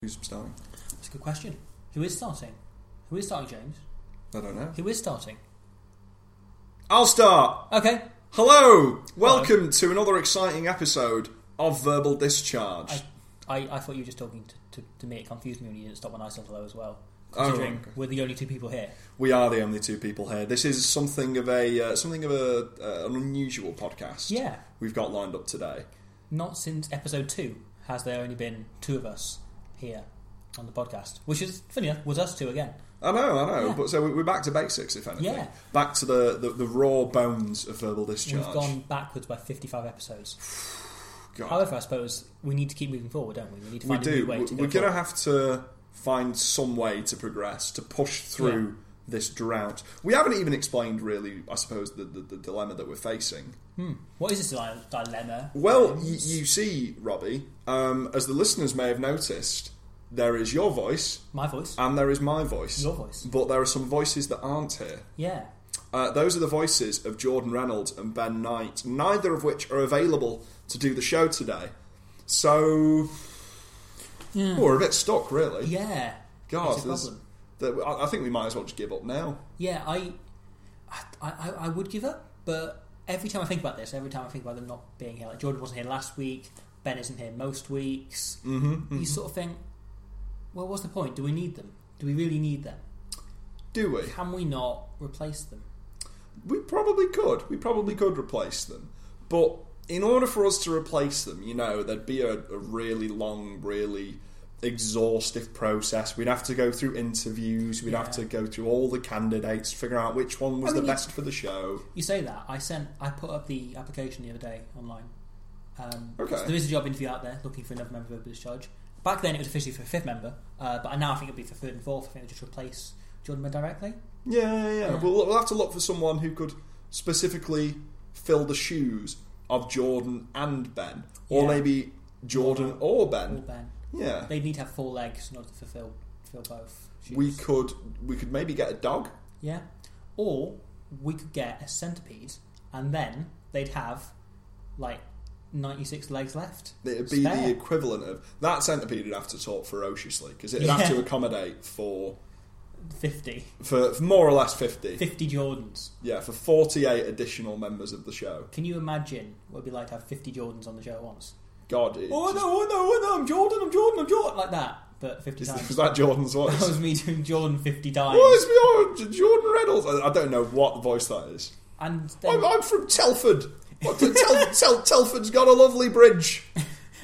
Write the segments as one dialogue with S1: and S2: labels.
S1: Who's starting?
S2: That's a good question. Who is starting? Who is starting, James?
S1: I don't know.
S2: Who is starting?
S1: I'll start.
S2: Okay.
S1: Hello. Welcome to another exciting episode of Verbal Discharge.
S2: I, I, I thought you were just talking to, to, to me. It confused me when you didn't stop when I said hello as well.
S1: Oh,
S2: Considering
S1: okay.
S2: we're the only two people here.
S1: We are the only two people here. This is something of a uh, something of a uh, an unusual podcast.
S2: Yeah.
S1: We've got lined up today.
S2: Not since episode two has there only been two of us here on the podcast, which is funny enough was us two again.
S1: I know, I know.
S2: Yeah.
S1: But so we- we're back to basics, if anything.
S2: Yeah.
S1: Back to the, the, the raw bones of verbal discharge.
S2: We've gone backwards by fifty-five episodes.
S1: God.
S2: However, I suppose we need to keep moving forward, don't we? We need to
S1: we
S2: find a
S1: do.
S2: new way
S1: We-
S2: to go
S1: We're going to
S2: forward.
S1: have to find some way to progress, to push through this drought. We haven't even explained, really, I suppose, the, the, the dilemma that we're facing.
S2: What is this dile- dilemma? Um,
S1: Well, y- you see, Robbie, um, as the listeners may have noticed, there is your voice
S2: My voice.
S1: and there is my voice.
S2: Your voice.
S1: But there are some voices that aren't here.
S2: Yeah.
S1: Uh, those are the voices of Jordan Reynolds and Ben Knight, neither of which are available to do the show today. So
S2: Yeah.
S1: we're a bit stuck, really.
S2: Yeah.
S1: God,
S2: It's a
S1: there's-
S2: problem.
S1: that- I I think we might as well just give up now.
S2: Yeah, I, I, I, I would give up, but every time I think about this, every time I think about them not being here, like Jordan wasn't here last week, Ben isn't here most weeks,
S1: Mm-hmm.
S2: you sort of think, well, what's the point? Do we need them? Do we really need them?
S1: Do we?
S2: Can we not replace them?
S1: We probably could. We probably could replace them. But in order for us to replace them, you know, there'd be a, a really long, really exhaustive process. We'd have to go through interviews. We'd have
S2: Yeah.
S1: to go through all the candidates, figure out which one was
S2: I mean,
S1: the
S2: you-
S1: best for the show.
S2: You say that. I sent. I put up the application the other day online. Um,
S1: Okay.
S2: so there is a job interview out there looking for another member of the discharge. Back then, it was officially for a fifth member, uh, but now I think it'll be for third and fourth. I think it'll just replace Jordan directly.
S1: Yeah, yeah, yeah.
S2: Yeah.
S1: We'll, we'll have to look for someone who could specifically fill the shoes of Jordan and Ben, or
S2: Yeah.
S1: maybe Jordan or
S2: Or
S1: Ben.
S2: Ben.
S1: Yeah.
S2: They need to have four legs in order to fulfill fulfill both. Shoes.
S1: We could we could maybe get a dog.
S2: yeah, or we could get a centipede, and then they'd have like ninety six legs left.
S1: It'd be the
S2: Spare.
S1: equivalent of that centipede would have to talk ferociously because it'd have
S2: Yeah.
S1: to accommodate for,
S2: 50.
S1: for for more or less 50.
S2: 50 Jordans.
S1: Yeah, for forty eight additional members of the show.
S2: Can you imagine what it'd be like to have fifty Jordans on the show at once?
S1: God, it
S2: Oh
S1: just-
S2: no! Oh no! Oh no! I'm Jordan! I'm Jordan! I'm Jordan! Like that, but fifty
S1: is-
S2: times.
S1: was that Jordan's
S2: That
S1: voice?
S2: was me doing Jordan fifty times.
S1: Oh, it's me, oh, J- Jordan Reynolds. I, I don't know what voice that is.
S2: And
S1: I'm,
S2: then,
S1: I'm from Telford. What the- Tel, Tel, Telford's got a lovely bridge.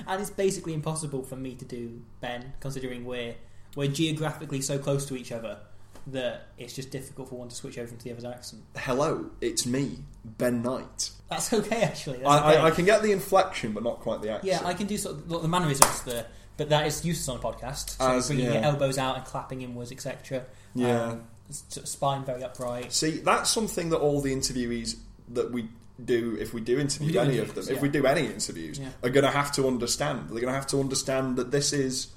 S2: and it's basically impossible for me to do Ben, considering we're we're geographically so close to each other that it's just difficult for one to switch over into the other's accent.
S1: Hello, it's me, Ben Knight.
S2: That's okay, actually. That's
S1: I,
S2: okay.
S1: I, I can get the inflection, but not quite the accent.
S2: yeah, I can do sort of the, the mannerisms there, but that is useless on a podcast. So
S1: As-
S2: bringing your
S1: yeah.
S2: elbows out and clapping inwards, etc.
S1: Yeah.
S2: um, s- sort of spine very upright.
S1: See, that's something that all the interviewees that we do, if we do interview
S2: We do
S1: any of
S2: interviews,
S1: them, if
S2: yeah.
S1: we do any interviews,
S2: Yeah.
S1: are going to have to understand. They're going to have to understand that this is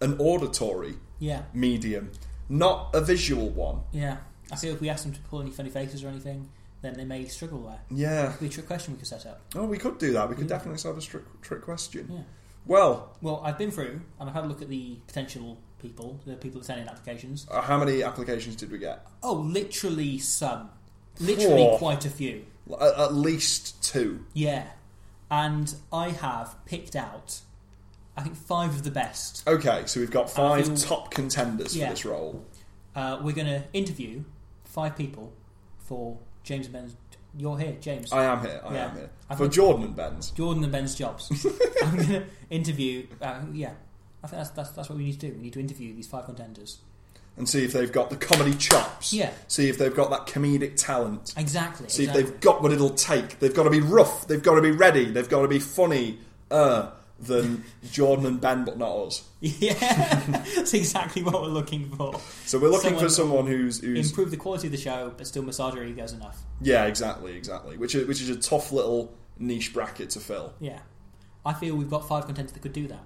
S1: an auditory
S2: Yeah,
S1: medium, not a visual one.
S2: yeah. I feel if we ask them to pull any funny faces or anything, then they may struggle there.
S1: Yeah.
S2: Could be a trick question we could set up.
S1: Oh, we could do that. We could
S2: Yeah.
S1: definitely have a trick, trick question.
S2: Yeah.
S1: Well,
S2: Well, I've been through and I've had a look at the potential people, the people that send in applications.
S1: uh, how many applications did we get?
S2: Oh, literally some, literally
S1: Four.
S2: quite a few.
S1: L- At, at least two.
S2: Yeah, and I have picked out, I think five of the best.
S1: Okay, so we've got five
S2: feel-
S1: top contenders
S2: Yeah.
S1: for this role.
S2: Uh, we're going to interview five people for James and Ben's. You're here, James.
S1: I am here. I
S2: Yeah.
S1: am here.
S2: I
S1: For
S2: think-
S1: Jordan and Ben's.
S2: Jordan and Ben's jobs. I'm going to interview. Uh, yeah, I think that's, that's that's what we need to do. We need to interview these five contenders.
S1: and see if they've got the comedy chops.
S2: Yeah.
S1: See if they've got that comedic talent.
S2: Exactly.
S1: See
S2: exactly.
S1: if they've got what it'll take. They've got to be rough. They've got to be ready. They've got to be funny uh than Jordan and Ben, but not us.
S2: Yeah, that's exactly what we're looking for.
S1: So we're looking for
S2: Someone-
S1: someone who's who's
S2: Improve the quality of the show, but still massage our egos enough.
S1: yeah, exactly, exactly. Which is which is a tough little niche bracket to fill.
S2: Yeah, I feel we've got five contenders that could do that.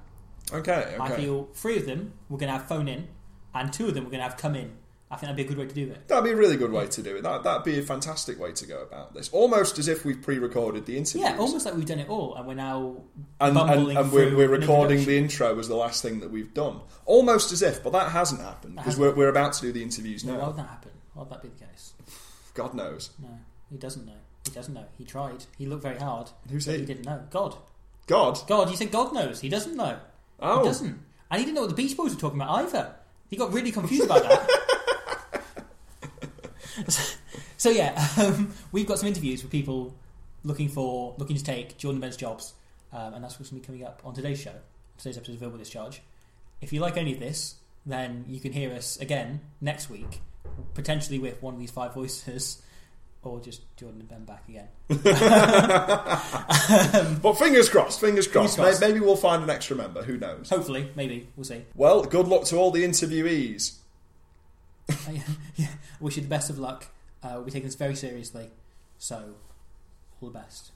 S1: Okay, okay.
S2: I feel three of them we're going to have phone in, and two of them we're going to have come in I think that'd be a good way to do it.
S1: That'd be a really good way to do it. That that'd be a fantastic way to go about this. Almost as if we've pre-recorded the interviews.
S2: Yeah, almost like we've done it all, and we're now
S1: and, and,
S2: bumbling
S1: and we're,
S2: through
S1: we're
S2: an
S1: recording
S2: introduction.
S1: the intro as the last thing that we've done. Almost as if, but that hasn't happened
S2: That
S1: because
S2: hasn't.
S1: we're, we're about to do the interviews
S2: No, why
S1: now.
S2: would that happen? Why would that be the case?
S1: God knows.
S2: No, he doesn't know. He doesn't know. He tried. He looked very hard.
S1: Who's
S2: but
S1: he?
S2: He didn't know. God.
S1: God.
S2: God, you said God knows. He doesn't know.
S1: Oh.
S2: He doesn't. And he didn't know what the Beach Boys were talking about either. He got really confused about that. so yeah, um, we've got some interviews with people looking for looking to take Jordan Ben's jobs, um, and that's what's going to be coming up on today's show. Today's episode of Verbal Discharge. If you like any of this, then you can hear us again next week, potentially with one of these five voices, or just Jordan and Ben back again.
S1: But fingers crossed, fingers crossed.
S2: crossed.
S1: May- Maybe we'll find an extra member. Who knows?
S2: Hopefully, maybe we'll see.
S1: Well, good luck to all the interviewees.
S2: yeah, wish you the best of luck. Uh, we take this very seriously, so all the best.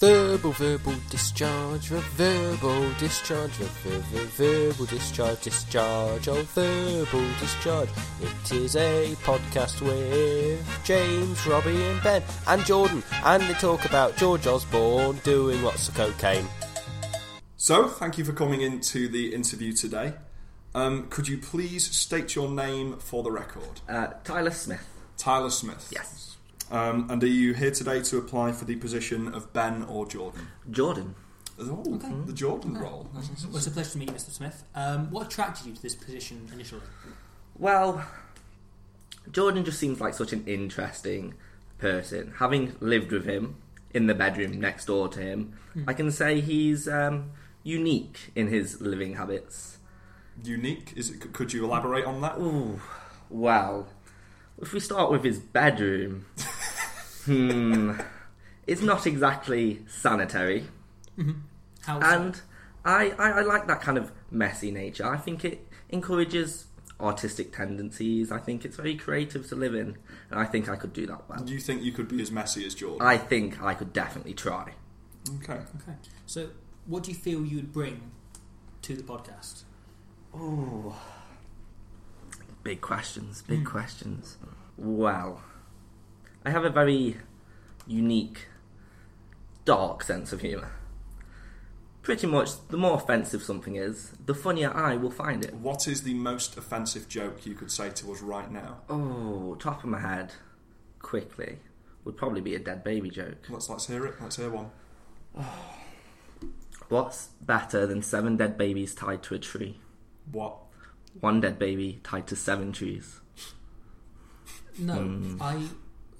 S3: Verbal, verbal discharge, re- verbal discharge, re- ver- ver- verbal discharge, discharge, oh verbal discharge. It is a podcast with James, Robbie, and Ben, and Jordan, and they talk about George Osborne doing lots of cocaine.
S1: So, thank you for coming into the interview today. Um, could you please state your name for the record?
S4: Uh, Tyler Smith.
S1: Tyler Smith.
S4: Yes.
S1: Um, and are you here today to apply for the position of Ben or Jordan?
S4: Jordan.
S1: Oh,
S4: Mm-hmm.
S1: the Jordan role.
S2: Well, it's a pleasure to meet you, Mr. Smith. Um, what attracted you to this position initially?
S4: Well, Jordan just seems like such an interesting person. Having lived with him in the bedroom next door to him, I can say he's um, unique in his living habits.
S1: Unique? Is it, could you elaborate on that?
S4: Ooh, well, if we start with his bedroom, hmm, it's not exactly sanitary.
S2: How
S4: and I, I, I like that kind of messy nature. I think it encourages artistic tendencies. I think it's very creative to live in, and I think I could do that well.
S1: Do you think you could be as messy as Jordan?
S4: I think I could definitely try.
S1: okay.
S2: okay. So, what do you feel you would bring to the podcast?
S4: Ooh. Big questions, big questions. Well, I have a very unique, dark sense of humour. Pretty much, the more offensive something is, the funnier I will find it.
S1: What is the most offensive joke you could say to us right now?
S4: Oh, top of my head, quickly, would probably be a dead baby joke.
S1: Let's let's hear it. Let's hear one.
S4: What's better than seven dead babies tied to a tree?
S1: What?
S4: One dead baby tied to seven trees.
S2: No,
S4: Hmm.
S2: I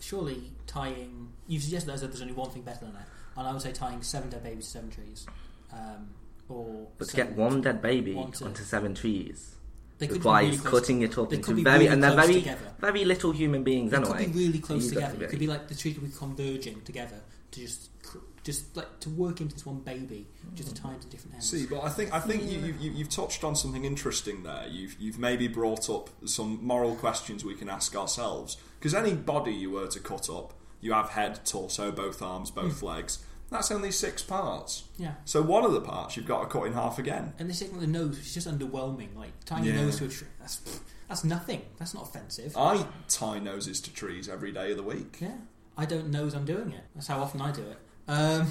S2: surely tying. You suggested as if there's only one thing better than that, and I would say tying seven dead babies to seven trees, um, or
S4: But to
S2: seven-
S4: get one dead baby
S2: One to-
S4: onto seven trees
S2: They could be
S4: requires
S2: really close-
S4: cutting it up
S2: they could
S4: into
S2: be
S4: very,
S2: really
S4: and they're
S2: close
S4: very,
S2: together.
S4: very little human beings
S2: It could
S4: anyway.
S2: be really close
S4: You've got
S2: together.
S4: to
S2: It could be like the tree could be converging together to just, cr- just like to work into this one baby, just
S4: Mm-hmm.
S2: to tie into different ends.
S1: See, but I think I think you, you, you- you've touched on something interesting there. You've you've maybe brought up some moral questions we can ask ourselves because any body you were to cut up, you have head, torso, both arms, both legs. That's only six parts.
S2: Yeah.
S1: So one of the parts you've got to cut in half again.
S2: And this thing with the nose, which is just underwhelming. Like tying
S1: Yeah.
S2: your nose to a tree, that's that's nothing. That's not offensive.
S1: I tie noses to trees every day of the week.
S2: yeah, I don't know as I'm doing it. That's how often I do it. Um,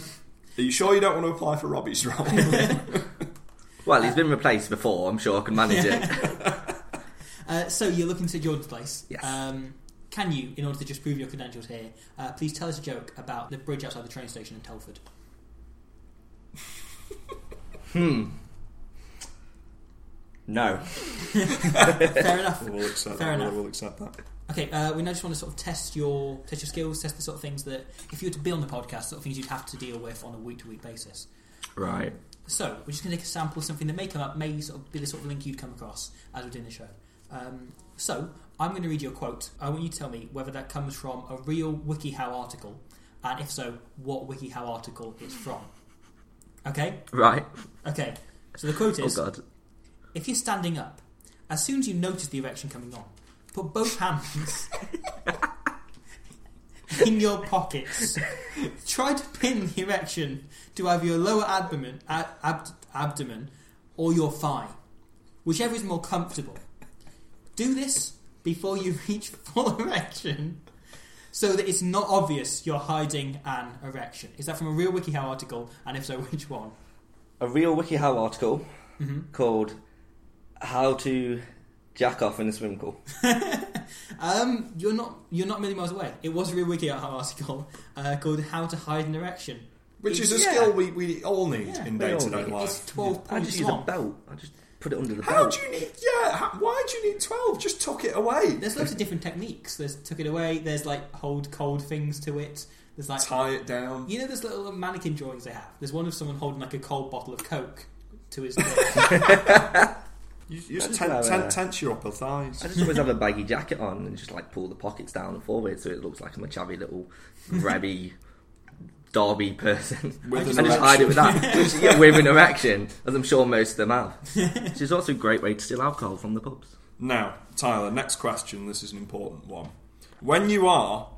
S1: Are you sure you don't want to apply for Robbie's role?
S4: Well, he's been replaced before. I'm sure I can manage it.
S2: uh, so you're looking to Jordan's place.
S4: Yes.
S2: Um, can you, in order to just prove your credentials here, uh, please tell us a joke about the bridge outside the train station in Telford?
S4: No.
S2: Fair enough.
S1: we'll accept
S2: Fair
S1: that.
S2: enough.
S1: We'll, we'll accept that.
S2: Okay, uh, we now just want to sort of test your test your skills, test the sort of things that if you were to be on the podcast, sort of things you'd have to deal with on a week to week basis.
S4: Right.
S2: So we're just going to take a sample of something that may come up, may sort of be the sort of link you'd come across as we're doing the show. Um, so I'm going to read you a quote. I want you to tell me whether that comes from a real WikiHow article, and if so, what WikiHow article it's from. Okay,
S4: Right.
S2: okay. So the quote
S4: Oh
S2: is:
S4: God.
S2: If you're standing up, as soon as you notice the erection coming on, put both hands in your pockets. Try to pin the erection to either your lower abdomen, a- ab- abdomen or your thigh, whichever is more comfortable. Do this before you reach full erection so that it's not obvious you're hiding an erection. Is that from a real WikiHow article? And if so, which one?
S4: A real WikiHow article
S2: Mm-hmm.
S4: called "How to Jack Off in a Swimming Pool."
S2: Um, you're not you're not many miles away. It was a real WikiHow article uh, called "How to Hide an Erection."
S1: Which is a
S4: Yeah.
S1: skill we, we all need
S2: Yeah,
S1: in
S4: we all
S1: day to day
S4: need it.
S1: life.
S2: It's twelve
S4: I just
S2: points
S4: use a
S2: long.
S4: belt. I just put it under the
S1: How
S4: belt.
S1: do you need? Yeah, how, why do you need twelve? Just tuck it away.
S2: There's loads of different techniques. There's took it away. There's like hold cold things to it. There's like
S1: Tie it down.
S2: you know there's little mannequin drawings they have. There's one of someone holding like a cold bottle of Coke to his. lips.
S1: You,
S4: I
S1: just
S4: just uh,
S1: ten,
S4: have
S1: ten,
S4: a-
S1: tense your upper thighs.
S4: I just always have a baggy jacket on and just like pull the pockets down and forward so it looks like I'm a chubby little grabby derby person.
S1: With
S4: and
S1: an
S4: just hide it with
S1: erection.
S4: that. Which, yeah, with an erection, as I'm sure most of them have. Which is also a great way to steal alcohol from the pubs.
S1: Now, Tyler, next question. This is an important one. When you are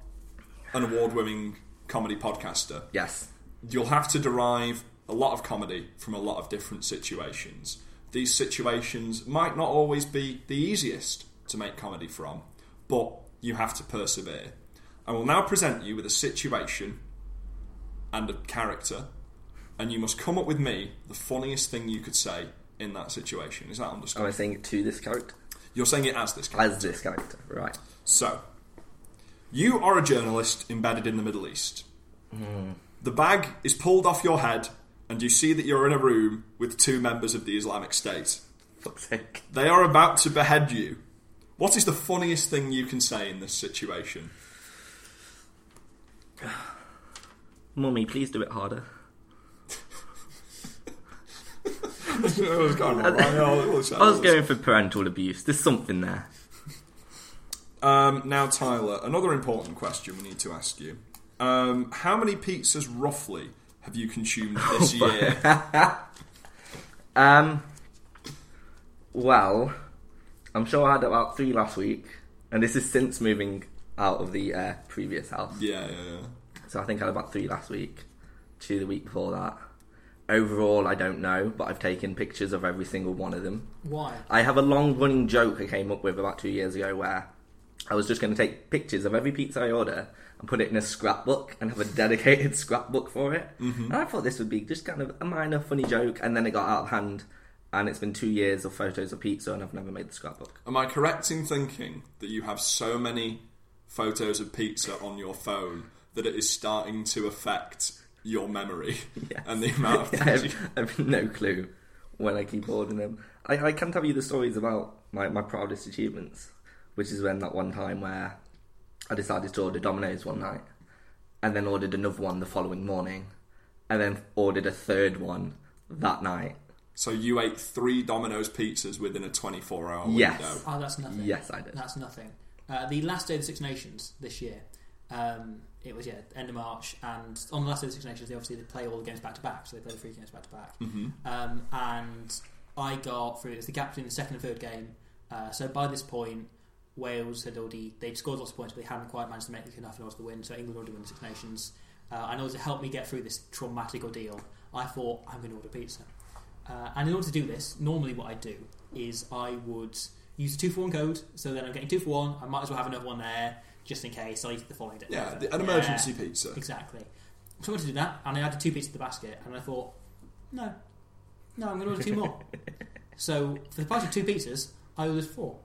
S1: an award winning comedy podcaster,
S4: Yes.
S1: you'll have to derive a lot of comedy from a lot of different situations. These situations might not always be the easiest to make comedy from, but you have to persevere. I will now present you with a situation and a character, and you must come up with me the funniest thing you could say in that situation. Is that
S4: Am
S1: understood?
S4: I saying it to this character?
S1: You're saying it as this character.
S4: As this character, right.
S1: So, you are a journalist embedded in the Middle East. The bag is pulled off your head, and you see that you're in a room with two members of the Islamic State.
S4: Fuck's sake.
S1: They are about to behead you. What is the funniest thing you can say in this situation?
S4: Mummy, please do it harder.
S1: I was going, all right, I'll- I'll say
S4: I was
S1: this.
S4: going for parental abuse. There's something there.
S1: Um, now, Tyler, another important question we need to ask you. Um, how many pizzas roughly have you consumed
S4: Oh,
S1: this year?
S4: Um. Well, I'm sure I had about three last week, and this is since moving out of the uh, previous house.
S1: yeah, yeah, yeah.
S4: So I think I had about three last week, two the week before that. Overall, I don't know, but I've taken pictures of every single one of them.
S2: Why?
S4: I have a long running joke I came up with about two years ago where I was just going to take pictures of every pizza I order and put it in a scrapbook and have a dedicated scrapbook for it. And I thought this would be just kind of a minor funny joke, and then it got out of hand. And it's been two years of photos of pizza, and I've never made the scrapbook.
S1: Am I correct in thinking that you have so many photos of pizza on your phone that it is starting to affect your memory
S4: Yes.
S1: and the amount of
S4: I
S1: things you...
S4: have, I have no clue when I keep ordering them. I, I can tell you the stories about my, my proudest achievements, which is when that one time where I decided to order Domino's one night and then ordered another one the following morning and then ordered a third one that night.
S1: So you ate three Domino's pizzas within a 24-hour window.
S4: Yes.
S2: Oh, that's nothing.
S4: Yes, I did.
S2: That's nothing. Uh, the last day of the Six Nations this year, um, it was yeah end of March, and on the last day of the Six Nations, they obviously they play all the games back to back, so they play the three games back to back.
S1: Mm-hmm.
S2: Um, And I got through. It was the gap between the second and third game. Uh, so by this point, Wales had already they'd scored lots of points, but they hadn't quite managed to make enough in order to win. So England already won the Six Nations. Uh, and also helped me get through this traumatic ordeal. I thought I'm going to order pizza. Uh, and in order to do this, normally what I do is I would use a two for one code. So then I'm getting two for one. I might as well have another one there just in case. I use it the following day.
S1: Yeah, the, an emergency pizza.
S2: Exactly. So I wanted to do that, and I added two pieces to the basket, and I thought, no, no, I'm going to order two more. so for the price of two pizzas, I ordered four,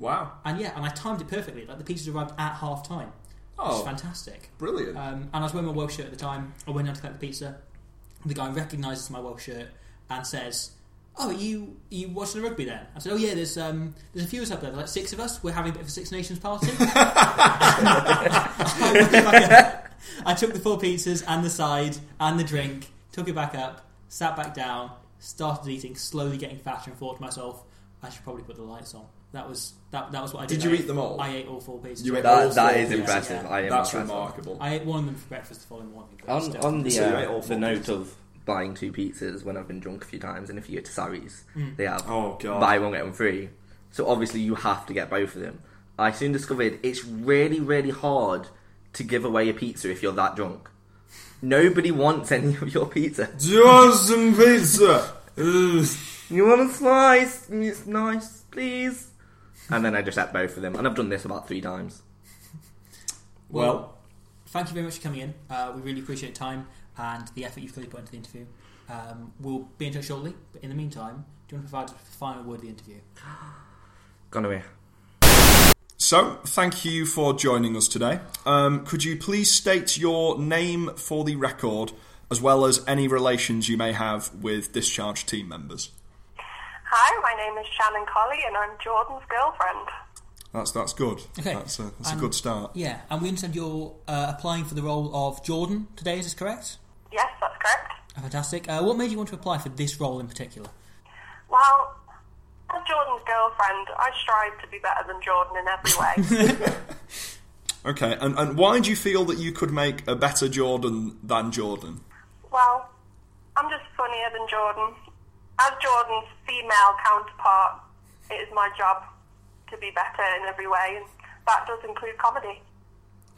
S1: Wow.
S2: and yeah, and I timed it perfectly. Like the pizzas arrived at half time. Which is
S1: Oh,
S2: fantastic.
S1: brilliant.
S2: Um, and I was wearing my Welsh shirt at the time. I went down to collect the pizza. The guy recognises my Welsh shirt and says, "Oh, are you are you watching the rugby then?" I said, "Oh yeah, there's um, there's a few of us up there, There's like six of us. We're having a bit of a Six Nations party." I, went back up. I took the four pizzas and the side and the drink, took it back up, sat back down, started eating, slowly getting fatter, and thought to myself, "I should probably put the lights on." That was that. That was what I did.
S1: Did you
S2: I
S1: eat them all?
S2: I ate all four pizzas.
S1: You ate all
S4: That, that
S1: four
S4: is
S1: pizzas.
S4: impressive.
S2: Yeah.
S4: I am
S1: That's
S4: impressed.
S1: remarkable.
S2: I ate one of them for breakfast the following morning. but
S4: On,
S2: still.
S4: on the,
S1: So you ate all
S4: uh,
S1: four
S4: the note
S1: pizzas?
S4: of buying two pizzas when I've been drunk a few times, and if you go to Surrey's, they have
S1: Oh, God.
S4: buy one get one free. So obviously you have to get both of them. I soon discovered it's really really hard to give away a pizza if you're that drunk. Nobody wants any of your pizza.
S1: Just some pizza. Ugh.
S4: You want a slice? It's nice, please. and then I just ate both of them. And I've done this about three times.
S1: Well,
S2: Thank you very much for coming in. Uh, we really appreciate your time and the effort you've clearly put into the interview. Um, we'll be in touch shortly, but in the meantime, do you want to provide a final word of the interview?
S4: Gonorrhea.
S1: so thank you for joining us today. Um, could you please state your name for the record, as well as any relations you may have with discharged team members?
S5: Hi, my name is Shannon Colley and I'm Jordan's girlfriend.
S1: That's that's good.
S2: Okay. Um,
S1: That's a, that's a
S2: And-
S1: good start.
S2: Yeah, and we understand you're uh, applying for the role of Jordan today, is this correct?
S5: Yes, that's correct.
S2: Fantastic. Uh, what made you want to apply for this role in particular?
S5: Well, as Jordan's girlfriend, I strive to be better than Jordan in every way.
S1: Okay, and, and why do you feel that you could make a better Jordan than Jordan?
S5: well, I'm just funnier than Jordan. As Jordan's female counterpart, it is my job to be better in every way, and that does include comedy.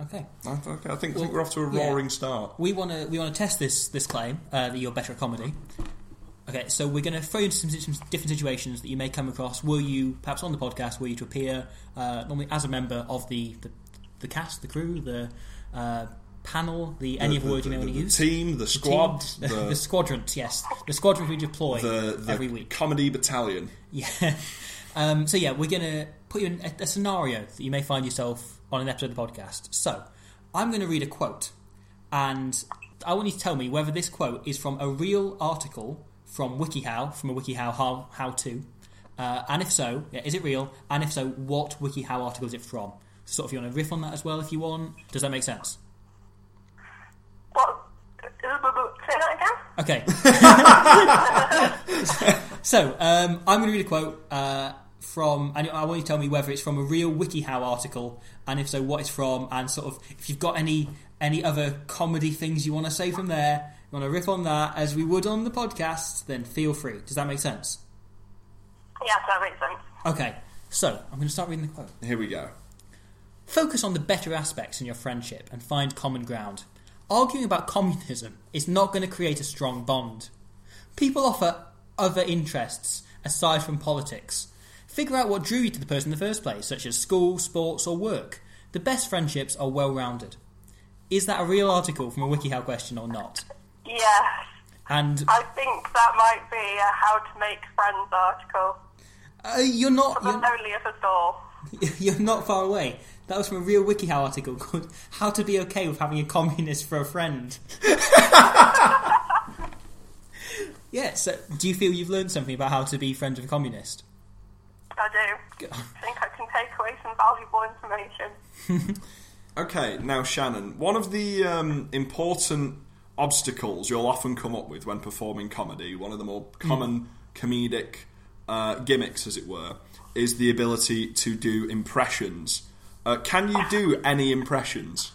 S2: Okay.
S1: I, th- okay, I think, I think
S2: Well,
S1: we're off to a
S2: yeah.
S1: roaring start.
S2: We want to we want to test this this claim uh, that you're better at comedy. Okay, so we're going to throw you into some, some different situations that you may come across. Were you perhaps on the podcast? Were you to appear uh, normally as a member of the the, the cast, the crew, the uh, panel, the any
S1: the,
S2: other word
S1: the-
S2: you may want to
S1: the- the
S2: use?
S1: team, the squad,
S2: Team- the,
S1: the,
S2: squadrons, yes, the squadrons we deploy
S1: the, the
S2: every week.
S1: comedy battalion.
S2: Yeah. Um, so yeah, we're gonna put you in a, a scenario that you may find yourself on an episode of the podcast. So I'm gonna read a quote, and I want you to tell me whether this quote is from a real article from WikiHow, from a WikiHow how how to, uh, and if so, yeah, is it real? And if so, what WikiHow article is it from? Sort of, you want to riff on that as well if you want. Does that make sense?
S5: What? Say that again?
S2: Okay. so um, I'm going to read a quote uh, from, and I want you to tell me whether it's from a real WikiHow article, and if so, what it's from, and sort of if you've got any any other comedy things you want to say from there, you want to riff on that as we would on the podcast, then feel free. Does that make sense?
S5: Yes, that makes sense.
S2: Okay. So I'm going to start reading the quote.
S1: Here we go.
S2: Focus on the better aspects in your friendship and find common ground. Arguing about communism is not going to create a strong bond. People offer other interests aside from politics. Figure out what drew you to the person in the first place, such as school, sports, or work. The best friendships are well rounded. Is that a real article from a WikiHow question or not?
S5: Yes,
S2: And
S5: I think that might be a how to make friends article.
S2: uh, you're not
S5: Not
S2: you're,
S5: only if at all.
S2: you're not far away. That was from a real WikiHow article called "How to Be Okay with Having a Communist for a Friend." yeah. So, do you feel you've learned something about how to be friends with a communist?
S5: I do. I think I can take away some valuable information.
S1: Okay, now Shannon, one of the um, important obstacles you'll often come up with when performing comedy, one of the more common comedic uh, gimmicks, as it were, is the ability to do impressions. Uh, can you do any impressions?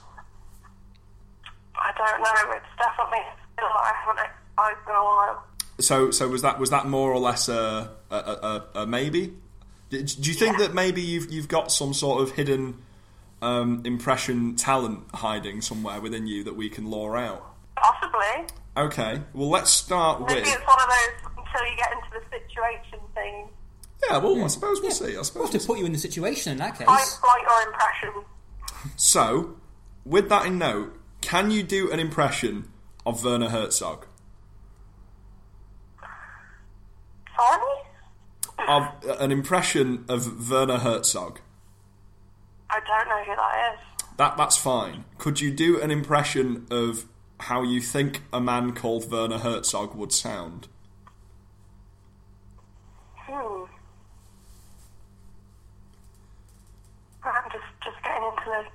S5: I don't know. It's definitely a skill that I haven't exercised in a while.
S1: So, so was that was that more or less a a, a, a maybe? D- Do you think that maybe you've you've got some sort of hidden um, impression talent hiding somewhere within you that we can lure out?
S5: Possibly.
S1: Okay, well let's start with.
S5: Maybe it's one of those until you get into the situation thing.
S1: Yeah, well, I suppose we'll
S2: Yeah.
S1: see. I
S2: We'll
S1: suppose.
S2: have
S1: We'll
S2: to put you in the situation in that
S5: I
S2: case.
S5: like your impression.
S1: see. So, with that in note, can you do an impression of Werner Herzog?
S5: Sorry?
S1: Of uh, an impression of Werner Herzog.
S5: I don't know who that is.
S1: That that's fine. Could you do an impression of how you think a man called Werner Herzog would sound?
S5: Hmm. I'm just, just getting into the...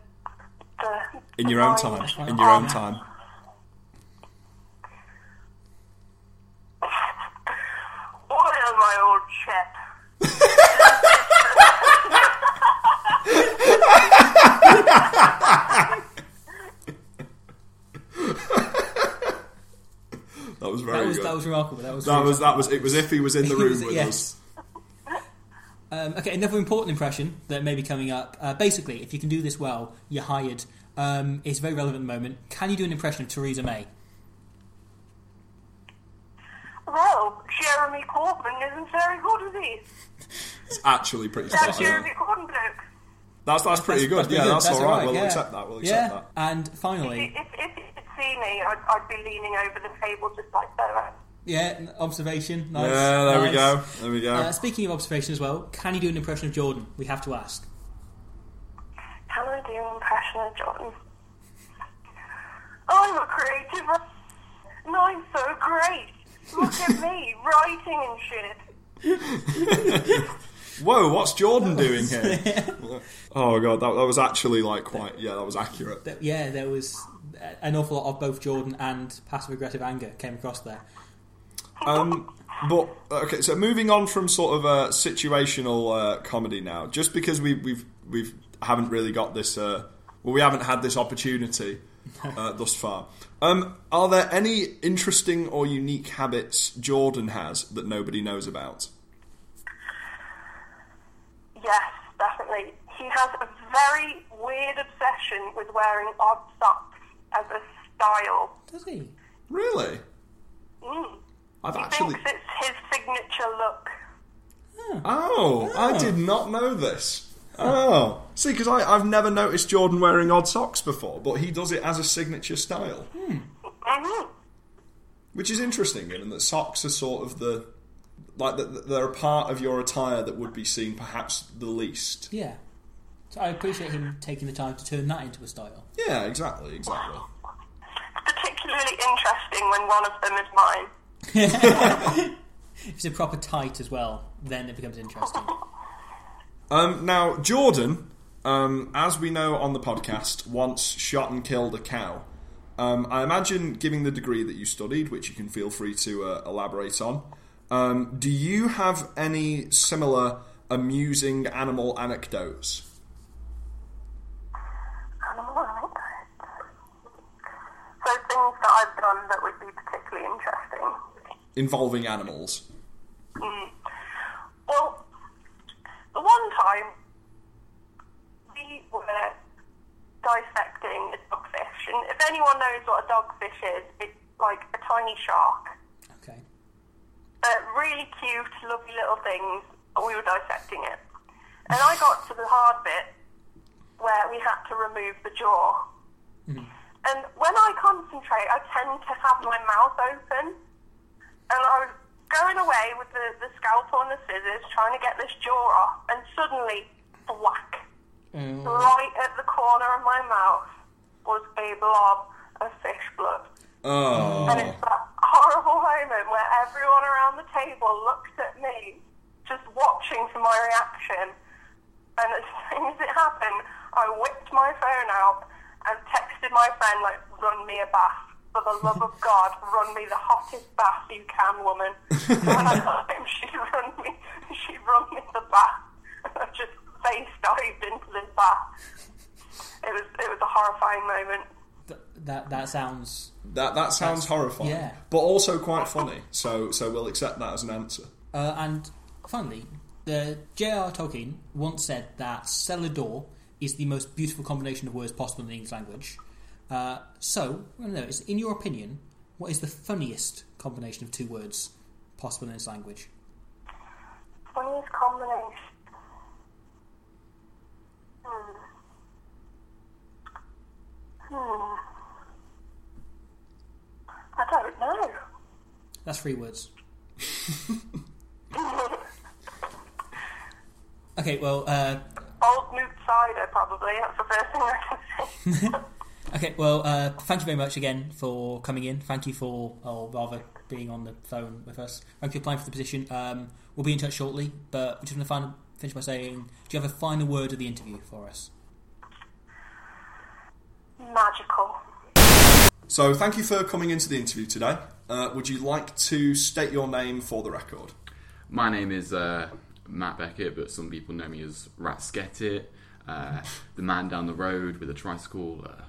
S5: the
S1: In
S5: the
S1: your own
S2: Oh,
S5: mind.
S1: time. In your own time.
S5: Oil my old chap.
S1: That was very
S2: That was
S1: good.
S2: that was remarkable. That was
S1: that was that was- it was if he was in the
S2: He
S1: room
S2: was-
S1: with
S2: yes.
S1: us.
S2: Um, okay, another important impression that may be coming up. Uh, basically, if you can do this well, you're hired. Um, it's very relevant at the moment. Can you do an impression of Theresa May?
S5: Well, Jeremy Corbyn isn't very good at these.
S1: It's actually pretty
S5: That's
S1: spot
S5: your
S1: on.
S5: Gordon bloke.
S1: That's that's pretty good.
S2: pretty
S1: yeah, that's, all right. We'll
S2: yeah.
S1: accept that. We'll
S2: yeah.
S1: accept that.
S2: And finally,
S5: If, if you could see me, I'd, I'd be leaning over the table just like that.
S2: yeah, n- observation. Nice.
S1: yeah, there we go.
S2: nice.
S1: There we go.
S2: Uh, speaking of observation as well, can you do an impression of Jordan? We have to ask.
S5: Can I do an impression of Jordan? I'm a creative, and I'm so great. Look at me writing and shit.
S1: Whoa, what's Jordan doing here? oh god, that, that was actually like quite. Yeah, that was accurate.
S2: That- yeah, there was a- an awful lot of both Jordan and passive aggressive anger came across there.
S1: Um, but okay, so moving on from sort of uh, situational uh, comedy now, just because we we've we've haven't really got this. Uh, well, we haven't had this opportunity uh, thus far. Um, are there any interesting or unique habits Jordan has that nobody knows about?
S5: Yes, definitely. He has a very weird obsession with wearing odd socks as a style.
S2: Does he?
S1: Really?
S5: Mm.
S1: I've
S5: He
S1: actually.
S5: thinks it's his signature look.
S1: Oh, I did not know this. Oh, see, because I've never noticed Jordan wearing odd socks before, but he does it as a signature style,
S5: hmm
S1: which is interesting. In that socks are sort of the like the, they're a part of your attire that would be seen perhaps the least.
S2: Yeah. So I appreciate him taking the time to turn that into a style.
S1: Yeah, exactly, exactly.
S5: It's particularly interesting when one of them is mine.
S2: If it's a proper tight as well, then it becomes interesting.
S1: Um, now, Jordan, um, as we know on the podcast, once shot and killed a cow. Um, I imagine, giving the degree that you studied, which you can feel free to uh, elaborate on, um, do you have any similar amusing animal anecdotes?
S5: Animal anecdotes. So things that I've done that would be particularly interesting. Mm.
S1: Involving animals.
S5: Well, the one time we were dissecting a dogfish, and if anyone knows what a dogfish is, it's like a tiny shark.
S2: Okay.
S5: but Uh, really cute, lovely little things. and We were dissecting it. And I got to the hard bit where we had to remove the jaw. And when I concentrate, I tend to have my mouth open. And I was going away with the, the scalpel and the scissors, trying to get this jaw off, and suddenly, whack, right at the corner of my mouth was a blob of fish blood. And
S1: Oh,
S5: it's that horrible moment where everyone around the table looks at me, just watching for my reaction. And as soon as it happened, I whipped my phone out and texted my friend, like, run me a bath. For the love of God, run me the hottest bath you can, woman. and I told him she'd run me, she'd run me the bath. And I just face dived into this bath. It was, it was a horrifying moment.
S2: Th- that that sounds.
S1: that that sounds horrifying,
S2: yeah.
S1: but also quite funny. So, so we'll accept that as an answer.
S2: Uh, and finally, the J.R. Tolkien once said that Celador is the most beautiful combination of words possible in the English language. Uh, so, I don't know, it's in your opinion, what is the funniest combination of two words possible in this language?
S5: Funniest combination. Hmm. Hmm. I don't know.
S2: That's three words. Okay, well, uh,
S5: Old moot cider, probably. That's the first thing I can think.
S2: Okay, well, uh, thank you very much again for coming in. Thank you for, or rather, being on the phone with us. Thank you for applying for the position. Um, we'll be in touch shortly, but we just want to final, finish by saying, do you have a final word of the interview for us?
S5: Magical.
S1: So, thank you for coming into the interview today. Uh, would you like to state your name for the record?
S6: My name is uh, Matt Beckett, but some people know me as Rat Skettit, uh, the man down the road with a tricycle. Uh,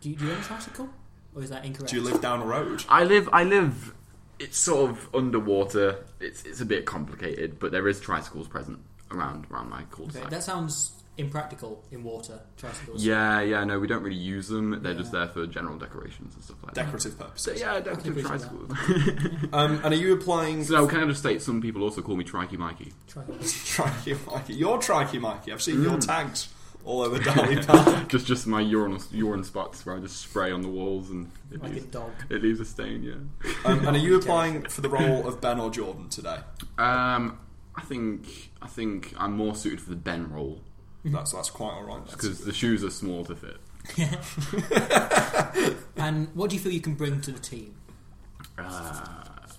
S2: Do you, do you have a tricycle? Or is that incorrect?
S1: Do you live down a road?
S6: I live, I live. It's sort of underwater. It's it's a bit complicated, but there is tricycles present around around my
S2: Okay,
S6: cul-de-sac.
S2: that sounds impractical in water tricycles.
S6: Yeah, yeah, no, we don't really use them. They're just there for general decorations and stuff like that.
S1: Decorative
S6: So
S1: purposes.
S6: yeah, decorative
S2: appreciate
S6: tricycles.
S1: Um, and are you applying
S6: so can I just state some people also call me Trikey Mikey?
S2: Tricycles.
S1: Trikey Mikey? You're Trikey Mikey. I've seen your
S2: Mm.
S1: tags all over Darley Park.
S6: Just just my urine urine spots where I just spray on the walls and it
S2: Like a
S6: leaves,
S2: dog.
S6: it leaves a stain. Yeah.
S1: Um, and are you applying for the role of Ben or Jordan today?
S2: Mm-hmm.
S6: Um, I think I think I'm more suited for the Ben roll
S1: That's that's quite all right. That's-
S6: because the shoes are small to fit.
S2: and what do you feel you can bring to the team?
S6: Uh,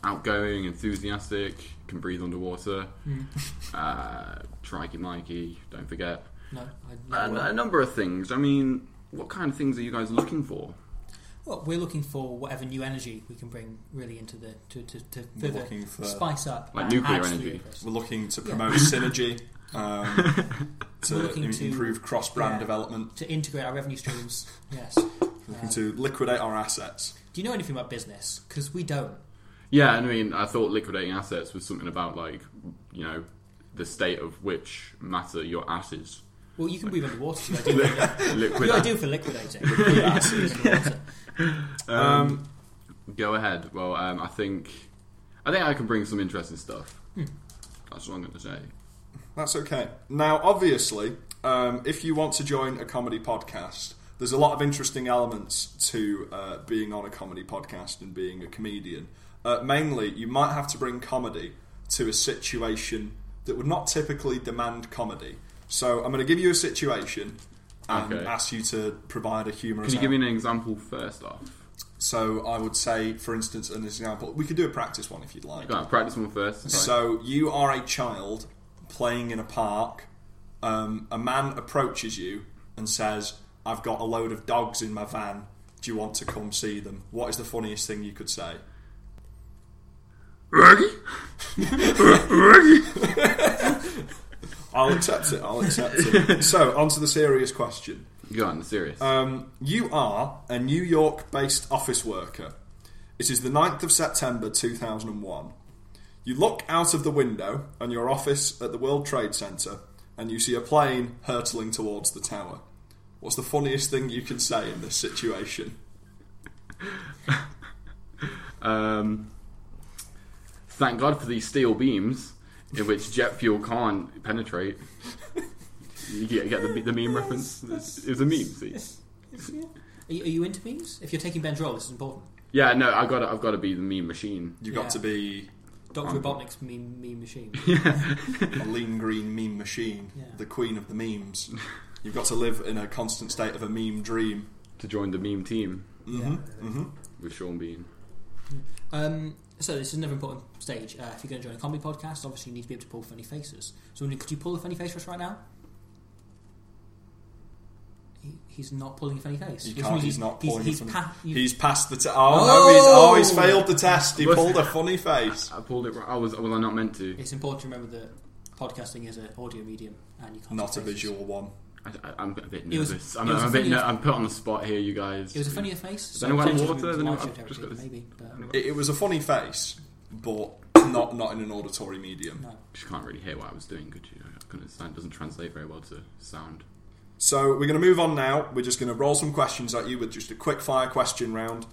S6: outgoing, enthusiastic, can breathe underwater.
S2: Hmm.
S6: Uh, Trikey Mikey, don't forget.
S2: No, I,
S6: And a number of things. I mean, what kind of things are you guys looking for?
S2: Well, we're looking for whatever new energy we can bring really into the to to, to
S1: We're
S2: further
S1: looking for-
S2: spice up
S6: Like
S2: and
S6: nuclear
S2: add to
S6: energy.
S2: the universe.
S1: We're looking to promote synergy, um,
S2: We're
S1: to,
S2: looking
S1: im-
S2: to-
S1: improve cross brand
S2: yeah.
S1: development,
S2: to integrate our revenue streams. Yes. Um,
S1: looking to liquidate our assets.
S2: do you know anything about business? Because we don't.
S6: Yeah, and I mean, I thought liquidating assets was something about like, you know, the state of which matter your ashes.
S2: Well, you can breathe underwater. Your idea,
S6: Liquid.
S2: your idea for liquidating. Yeah, underwater.
S6: Um, go ahead. Well, um, I think, I think I can bring some interesting stuff. That's what I'm going to say.
S1: That's okay. Now, obviously, um, if you want to join a comedy podcast, there's a lot of interesting elements to uh, being on a comedy podcast and being a comedian. Uh, mainly, you might have to bring comedy to a situation that would not typically demand comedy. So, I'm going to give you a situation and
S6: Okay.
S1: ask you to provide a humorous.
S6: Can you give me
S1: element.
S6: an example first off?
S1: So, I would say, for instance, an example. We could do a practice one if you'd like.
S6: Go on, practice one first.
S1: So you are a child playing in a park. Um, a man approaches you and says, "I've got a load of dogs in my van. Do you want to come see them?" What is the funniest thing you could say?
S6: Ruggy?
S1: I'll accept it. I'll accept it. So, on to the serious question.
S6: Go on, serious.
S1: Um, you are a New York based office worker. It is the 9th of September 2001. You look out of the window on your office at the World Trade Center and you see a plane hurtling towards the tower. What's the funniest thing you can say in this situation?
S6: Um, thank God for these steel beams in which jet fuel can't penetrate. You get, get the, the meme reference? It was a meme, see?
S2: Are you, are you into memes? If you're taking Ben's role, this is important.
S6: Yeah, no, I've got to, I've got to be the meme machine.
S1: You've got
S2: Yeah.
S1: to be
S2: Doctor
S6: Um,
S2: Robotnik's meme, meme machine.
S1: a lean green meme machine,
S2: Yeah.
S1: the queen of the memes. You've got to live in a constant state of a meme dream.
S6: To join the meme team
S2: Yeah.
S6: with Sean Bean.
S2: Um, so this is another important stage. Uh, if you're going to join a comedy podcast, obviously you need to be able to pull funny faces. So could you pull a funny face for us right now? He, he's not pulling a funny face.
S1: He
S2: Which
S1: can't,
S2: means
S1: he's not pulling.
S2: He's,
S1: from-
S2: pa- you-
S1: he's passed the test. Oh, no, he's, oh, he's
S2: Oh!
S1: failed the test. He
S6: Was-
S1: pulled a funny face.
S6: I pulled it right. I was, was I not meant to?
S2: it's important to remember that podcasting is an audio medium, and you can't
S1: Not a
S2: pull faces.
S1: visual one.
S6: I, I, I'm a bit
S2: It was-
S6: nervous. I'm,
S2: it was
S6: I'm a
S2: a
S6: bit.
S2: funny-
S6: ner- I'm put on the spot here, you guys.
S2: It was a funnier face. So
S6: anyone
S2: potentially
S6: water?
S2: it was
S6: Then
S2: larger
S6: I've just
S2: territory,
S6: got
S2: maybe, but
S1: It, it was a funny face, but not not in an auditory medium.
S2: no.
S6: Just can't really hear what I was doing. Could you? I couldn't understand. It doesn't translate very well to sound.
S1: So we're going to move on now. We're just going to roll some questions at you with just a quick fire question round.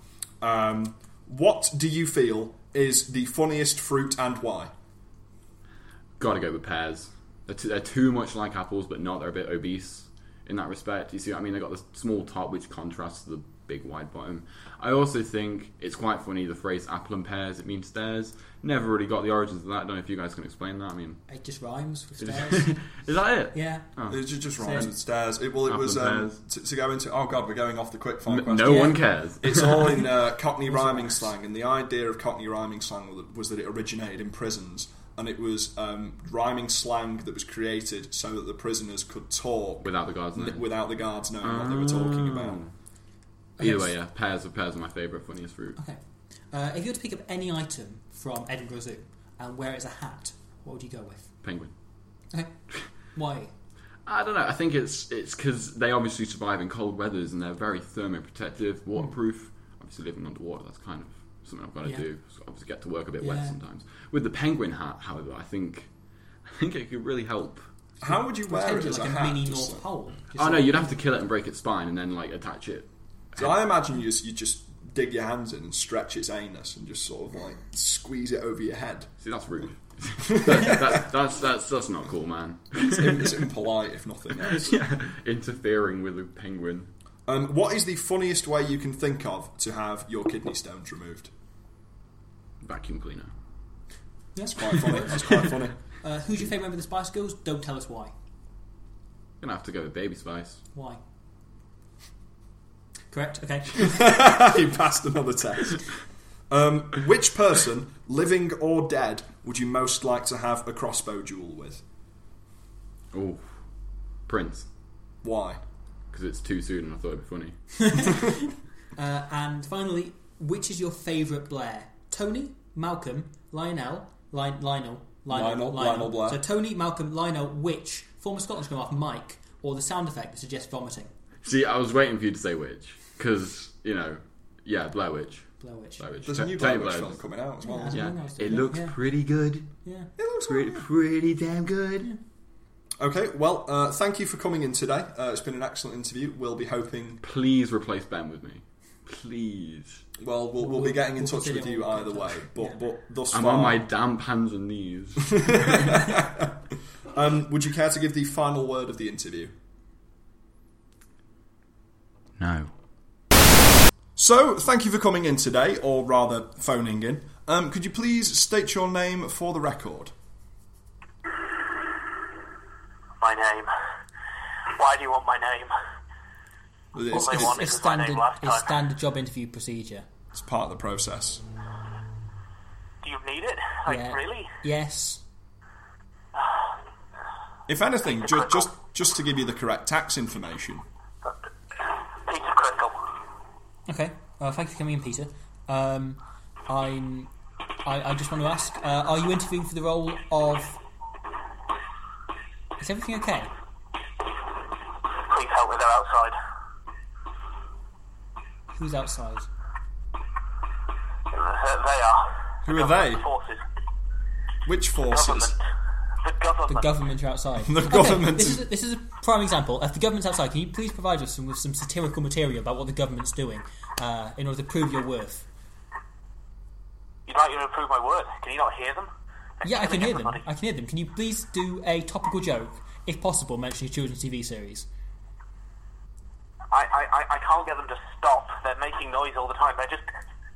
S1: Um, what do you feel is the funniest fruit and why?
S6: Got to go with pears. They're, t- they're too much like apples, but not. They're a bit obese in that respect. You see what I mean? They got the small top, which contrasts to the big wide bottom. I also think it's quite funny the phrase "apple and pears." It means stairs. Never really got the origins of that. I don't know if you guys can explain that. I mean,
S2: It just rhymes with
S6: is,
S2: stairs.
S6: that it?
S2: yeah.
S1: It ju- just rhymes with stairs. It, well, it
S6: Oh. Apple
S1: was
S6: and
S1: um,
S6: pears.
S1: to, to go into. Oh God, we're going off the quick fire
S6: N-
S1: question.
S6: no
S2: Yeah.
S6: one cares.
S1: It's all in uh, Cockney rhyming slang, and the idea of Cockney rhyming slang was that- was that it originated in prisons, and it was um, rhyming slang that was created so that the prisoners could talk
S6: without the guards.
S1: n-
S6: name.
S1: without the guards knowing what they were talking
S2: Ah.
S1: about.
S6: Either
S2: Okay,
S6: way, yeah, pears. Pears are my favourite, funniest fruit.
S2: Okay. Uh, if you were to pick up any item from Edinburgh Zoo and wear it as a hat, what would you go with?
S6: Penguin.
S2: Okay. Why?
S6: I don't know. I think it's it's because they obviously survive in cold weathers and they're very thermoprotective, waterproof. Obviously, living underwater, that's kind of something I've got to
S2: Yeah.
S6: do. So obviously, get to work a bit
S2: Yeah.
S6: wet sometimes. With the penguin hat, however, I think I think it could really help
S1: How would you wear
S2: pretend
S1: it
S2: you're
S1: as
S2: like
S1: a
S2: a
S1: hat?
S2: mini
S1: just
S2: North
S1: like-
S2: Pole. Just
S6: Oh no,
S2: like-
S6: you'd have to kill it and break its spine and then like attach it.
S1: So I imagine you just, you just dig your hands in and stretch its anus and just sort of like squeeze it over your head.
S6: See, that's rude. that, that, that's that's that's not cool, man.
S1: It's, it's impolite if nothing else.
S6: Interfering with a penguin.
S1: Um, what is the funniest way you can think of to have your kidney stones removed?
S6: Vacuum cleaner.
S1: That's quite funny. That's quite funny.
S2: Uh, who's your favourite member of the Spice Girls? Don't tell us why.
S6: Gonna have to go with Baby Spice.
S2: Why? Correct. Okay.
S1: he passed another test. Um, which person, living or dead, would you most like to have a crossbow duel with?
S6: Oh, Prince,
S1: Why?
S6: because it's too soon and I thought it'd be funny.
S2: Uh, and finally, which is your favourite Blair? Tony, Malcolm, Lionel, Lion Lionel, Lionel,
S1: Lionel, Lionel Blair.
S2: So Tony, Malcolm, Lionel, which former Scotland scrum half Mike, or the sound effect that suggests vomiting?
S6: See, I was waiting for you to say which, because you know, yeah, Blair Witch.
S2: Blair Witch.
S6: Blair Witch.
S1: There's a
S6: Te-
S1: new Blair
S6: Tony
S1: Witch
S6: Blair
S1: film
S6: Witch.
S1: coming out as well.
S2: Yeah.
S1: isn't
S6: Yeah,
S2: Nice,
S6: it
S2: yeah,
S6: looks
S2: yeah.
S6: pretty good.
S2: Yeah.
S1: It It looks
S6: Pretty, pretty damn good.
S1: Okay, well, uh, thank you for coming in today. Uh, it's been an excellent interview. We'll be hoping,
S6: Please replace Ben with me. Please.
S1: well, we'll, we'll be
S2: We'll-
S1: getting in
S2: we'll
S1: touch with
S2: continue
S1: you
S2: on.
S1: either way. But,
S2: Yeah.
S1: but thus
S6: I'm
S1: far,
S6: on my damp hands and knees.
S1: um, would you care to give the final word of the interview?
S6: no.
S1: So, thank you for coming in today, or rather, phoning in. Um, could you please state your name for the record?
S7: My name. Why do you want my name?
S1: It's,
S7: they
S1: it's-
S7: want
S2: A
S7: This is my name
S2: standard,
S7: last
S2: a
S7: time.
S2: standard job interview procedure.
S1: it's part of the process.
S7: Do you need it? Like,
S2: Yeah.
S7: really?
S2: Yes.
S1: If anything, ju- just just to give you the correct tax information.
S7: Peter Crickle.
S2: Okay. Uh, thank you for coming in, Peter. Um, I'm. I, I just want to ask: uh, Are you interviewing for the role of? Is everything okay?
S7: Please help me, they're outside.
S2: Who's outside?
S7: Uh, they are.
S1: Who
S7: the
S1: are
S7: government
S1: they?
S7: Forces.
S1: Which forces?
S7: Government. The government.
S2: The government are outside.
S1: The
S2: Okay,
S1: government
S2: This
S1: is-
S2: is, a, this is a prime example. If the government's outside, can you please provide us some, with some satirical material about what the government's doing uh, in order to prove your worth?
S7: You'd like you to improve my word. Can you not hear them? They're
S2: Yeah, I can
S7: killing
S2: hear them.
S7: everybody.
S2: I can hear them. Can you please do a topical joke, if possible, mentioning a children's TV series?
S7: I, I, I, I can't get them to stop. They're making noise all the time. They're just.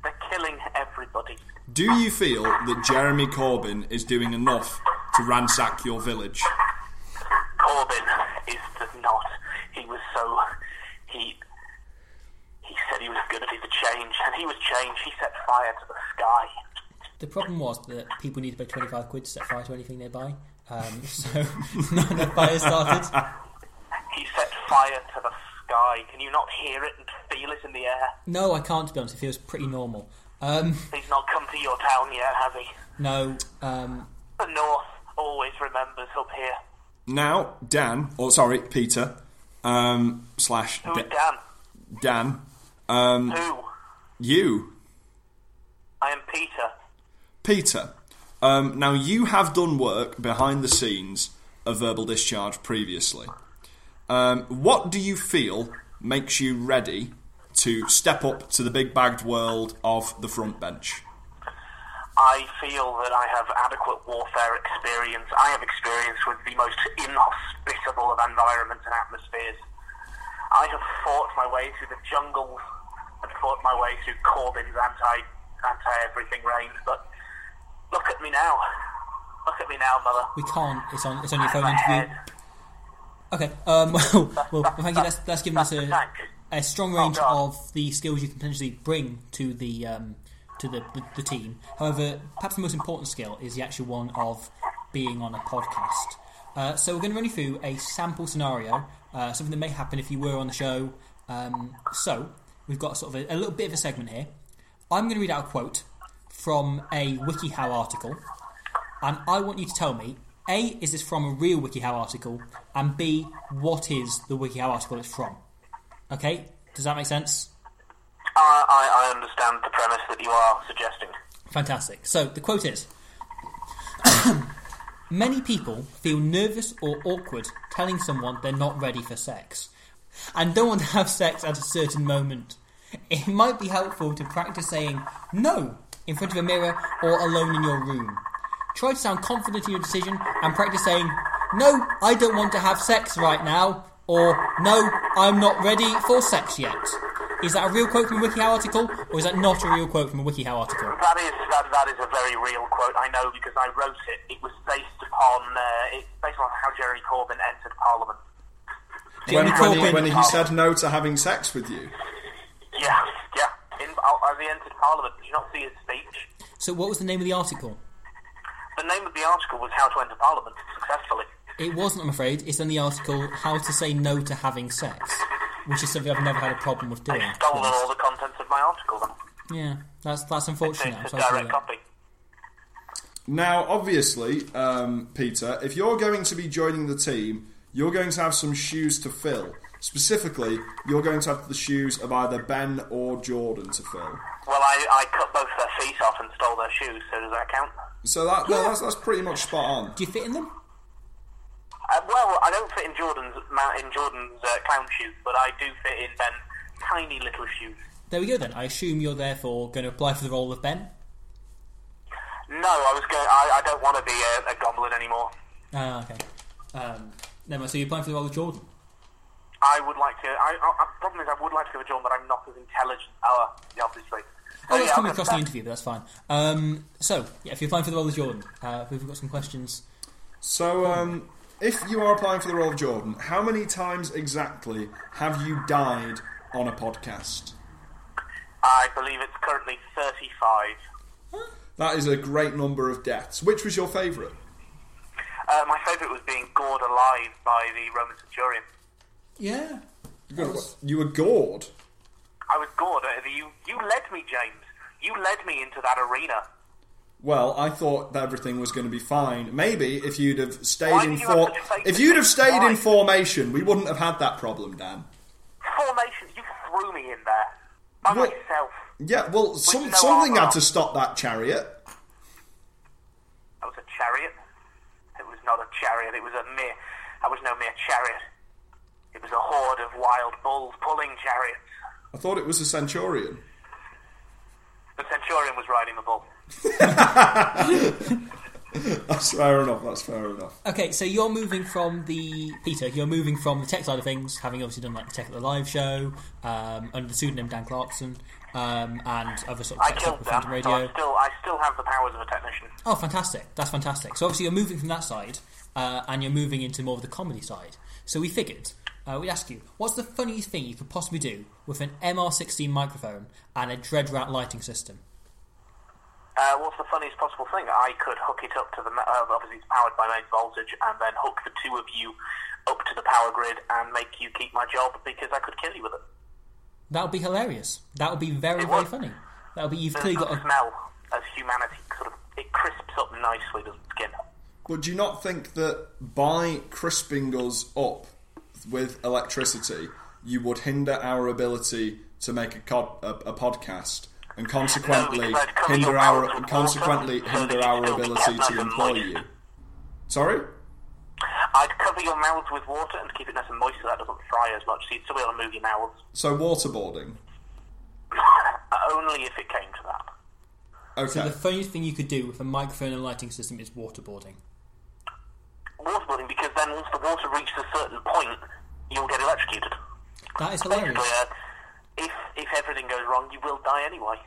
S7: They're killing everybody.
S1: Do you feel that Jeremy Corbyn is doing enough to ransack your village?
S7: Corbyn is the not. He was so. He. He said he was going to be the change, and he was change. He set fire to the sky.
S2: The problem was that people need to pay 25 quid to set fire to anything they buy. Um, so not enough fire started.
S7: He set fire to the sky. Can you not hear it and feel it in the air?
S2: No, I can't, to be honest. It feels pretty normal. Um,
S7: He's not come to your town yet, has he?
S2: no, um,
S7: The North always remembers up here.
S1: Now, Dan, or sorry, Peter, um, slash
S7: Who's
S1: Da-
S7: Dan?
S1: Dan, um,
S7: Who?
S1: you,
S7: I am Peter.
S1: Peter. Um, now, you have done work behind the scenes of verbal discharge previously. Um, what do you feel makes you ready to step up to the big bagged world of the front bench?
S7: I feel that I have adequate warfare experience. I have experience with the most inhospitable of environments and atmospheres. I have fought my way through the jungles and fought my way through Corbyn's anti anti everything reign, but look at me now. Look at me now, mother.
S2: we can't. It's on. It's on your phone
S7: My
S2: interview.
S7: head.
S2: Okay. Um, well, well, thank you. That's, that's given us
S7: That's
S2: a,
S7: thank.
S2: a strong range
S7: God.
S2: of the skills you can potentially bring to the um, to the, the, the team. However, perhaps the most important skill is the actual one of being on a podcast. Uh, so we're going to run you through a sample scenario, uh, something that may happen if you were on the show. Um, so we've got sort of a, a little bit of a segment here. I'm going to read out a quote from a WikiHow article and I want you to tell me A, is this from a real WikiHow article? And B, what is the WikiHow article it's from? Okay, does that make sense?
S7: I, I, I understand the premise that you are suggesting.
S2: Fantastic. So the quote is Many people feel nervous or awkward telling someone they're not ready for sex and don't want to have sex at a certain moment. It might be helpful to practice saying no in front of a mirror or alone in your room. Try to sound confident in your decision and practice saying no, I don't want to have sex right now or no, I'm not ready for sex yet. Is that a real quote from a WikiHow article or is that not a real quote from a WikiHow article?
S7: That is that, that is a very real quote. I know because I wrote it. It was based upon uh, it's based on how Jeremy Corbyn entered Parliament.
S1: When,
S2: Jeremy
S1: when, he,
S2: Corbyn-
S1: when he said no to having sex with you.
S7: Yeah, yeah. In, uh, as he entered Parliament, did you not see his speech?
S2: So, what was the name of the article?
S7: The name of the article was "How to Enter Parliament Successfully."
S2: It wasn't, I'm afraid. It's in the article "How to Say No to Having Sex," which is something I've never had a problem with doing.
S7: They've stolen all the contents of my article. Then.
S2: Yeah, that's that's
S7: It's,
S2: unfortunate. I'm
S7: it's a
S2: sorry to hear
S7: direct
S2: that.
S7: copy.
S1: Now, obviously, um, Peter, if you're going to be joining the team, you're going to have some shoes to fill. Specifically, you're going to have the shoes of either Ben or Jordan to fill.
S7: Well, I, I cut both their feet off and stole their shoes. So does that count?
S1: So that, no, that's, that's pretty much spot on.
S2: Do you fit in them?
S7: Uh, well, I don't fit in Jordan's ma- in Jordan's uh, clown shoes, but I do fit in Ben's tiny little shoes.
S2: There we go. Then I assume you're therefore going to apply for the role of Ben.
S7: No, I was going. I, I don't want to be a, a goblin anymore.
S2: Ah, okay. Um, never mind. So you're applying for the role of Jordan.
S7: I would like to. I, I, I- problem is, I would like to go with John, but I'm not as intelligent. Oh, yeah, obviously.
S2: Oh, that's
S7: yeah,
S2: coming
S7: I'm
S2: across in the
S7: gonna-
S2: interview, but that's fine. Um, so yeah, if you're applying for the role of Jordan, uh, we've got some questions.
S1: So, um, if you are applying for the role of Jordan, how many times exactly have you died on a podcast?
S7: I believe it's currently 35.
S1: That is a great number of deaths. Which was your favourite?
S7: Uh, my favourite was being gored alive by the Roman centurion.
S2: Yeah.
S1: You were- You were gored.
S7: I was gored. uh, You you led me, James. You led me into that arena.
S1: Well, I thought that everything was going to be fine. Maybe if you'd have stayed
S7: Why
S1: in
S7: did you
S1: for-
S7: have to take
S1: if
S7: the
S1: you'd have
S7: six
S1: stayed in
S7: lines?
S1: formation, we wouldn't have had that problem, Dan.
S7: Formation. You threw me in there by
S1: What?
S7: myself.
S1: Yeah, well, some,
S7: no
S1: something had
S7: armour.
S1: to stop that chariot.
S7: That was a chariot. It was not a chariot. It was a mere. That was no mere chariot. It was a horde of wild bulls pulling chariots.
S1: I thought it was a centurion.
S7: The centurion was riding the bull.
S1: That's fair enough. That's fair enough.
S2: Okay, so you're moving from the Peter. You're moving from the tech side of things, having obviously done like the tech at the live show um, under the pseudonym Dan Clarkson um, and other sort of
S7: I
S2: tech stuff
S7: killed
S2: with
S7: them,
S2: Phantom
S7: so I
S2: Radio.
S7: still, I still have the powers of a technician.
S2: Oh, fantastic! That's fantastic. So obviously you're moving from that side, uh, and you're moving into more of the comedy side. So we figured uh, we'd ask you, what's the funniest thing you could possibly do with an MR16 microphone and a dread rat lighting system?
S7: Uh, what's the funniest possible thing? I could hook it up to the. ma- Uh, obviously, it's powered by main voltage, and then hook the two of you up to the power grid and make you keep my job because I could kill you with it.
S2: That would be hilarious. That would be very
S7: It
S2: very
S7: would.
S2: funny. That would be you've
S7: The
S2: clearly got a
S7: smell of humanity sort of it crisps up nicely the skin.
S1: But do you not think that by crisping us up with electricity, you would hinder our ability to make a, co- a, a podcast, and consequently
S7: because I'd cover
S1: hinder
S7: your
S1: our
S7: mouth with
S1: and consequently
S7: water so
S1: hinder
S7: that you'd
S1: our
S7: still be
S1: ability
S7: kept nice
S1: to
S7: and
S1: employ
S7: moist.
S1: you? Sorry.
S7: I'd cover your mouths with water and keep it nice and moist so that doesn't fry as much. So you'd still be able to move your mouths.
S1: So waterboarding.
S7: Only if it came to that.
S1: Okay.
S2: So the funniest thing you could do with a microphone and lighting system is waterboarding.
S7: waterboarding because then once the water reaches a certain point, you'll get electrocuted.
S2: That is
S7: Basically,
S2: hilarious.
S7: uh, if if everything goes wrong, you will die anyway.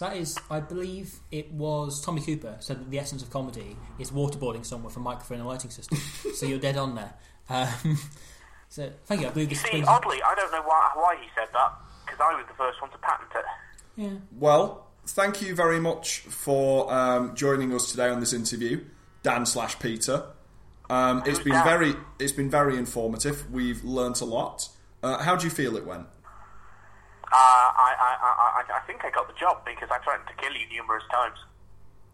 S2: That is, I believe it was Tommy Cooper said that the essence of comedy is waterboarding someone with a microphone and lighting system. so you're dead on there. Um, so thank you. I believe this
S7: See,
S2: brings-
S7: oddly, I don't know why why he said that because I was the first one to patent it.
S2: Yeah.
S1: Well, thank you very much for um, joining us today on this interview, Dan slash Peter. Um, it's
S7: Who's
S1: been
S7: that?
S1: very, it's been very informative. We've learnt a lot. Uh, how do you feel it went?
S7: Uh, I, I I I I think I got the job because I threatened to kill you numerous times.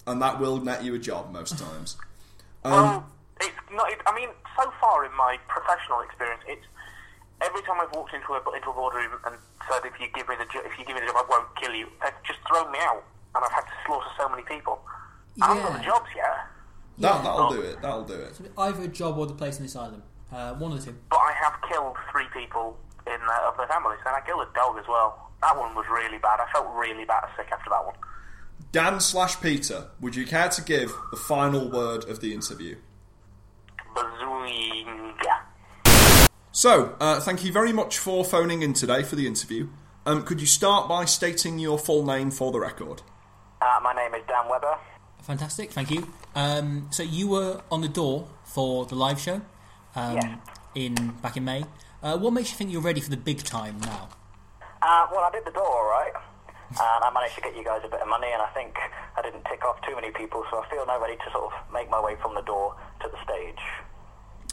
S1: And that will net you a job most times.
S7: well, it's not. It, I mean, so far in my professional experience, it's every time I've walked into a into a boardroom and said, "If you give me the jo- if you give me the job, I won't kill you." They've just thrown me out, and I've had to slaughter so many people. I haven't got
S2: Yeah.
S7: the jobs yet.
S1: That,
S2: Yeah.
S1: That'll do it. That'll do it.
S2: Either a job or the place in the asylum. Uh, one of the two.
S7: But I have killed three people in uh, of the families, and I killed a dog as well. That one was really bad. I felt really bad sick after that one.
S1: Dan slash Peter, would you care to give the final word of the interview?
S7: Bazoinga.
S1: So, uh, thank you very much for phoning in today for the interview. Um, could you start by stating your full name for the record?
S7: Uh, my name is Dan Webber.
S2: Fantastic, thank you. Um, so you were on the door for the live show um,
S7: Yes.
S2: in back in May. Uh, what makes you think you're ready for the big time now?
S7: Uh, well, I did the door all right, and I managed to get you guys a bit of money, and I think I didn't tick off too many people, so I feel now ready to sort of make my way from the door to the stage.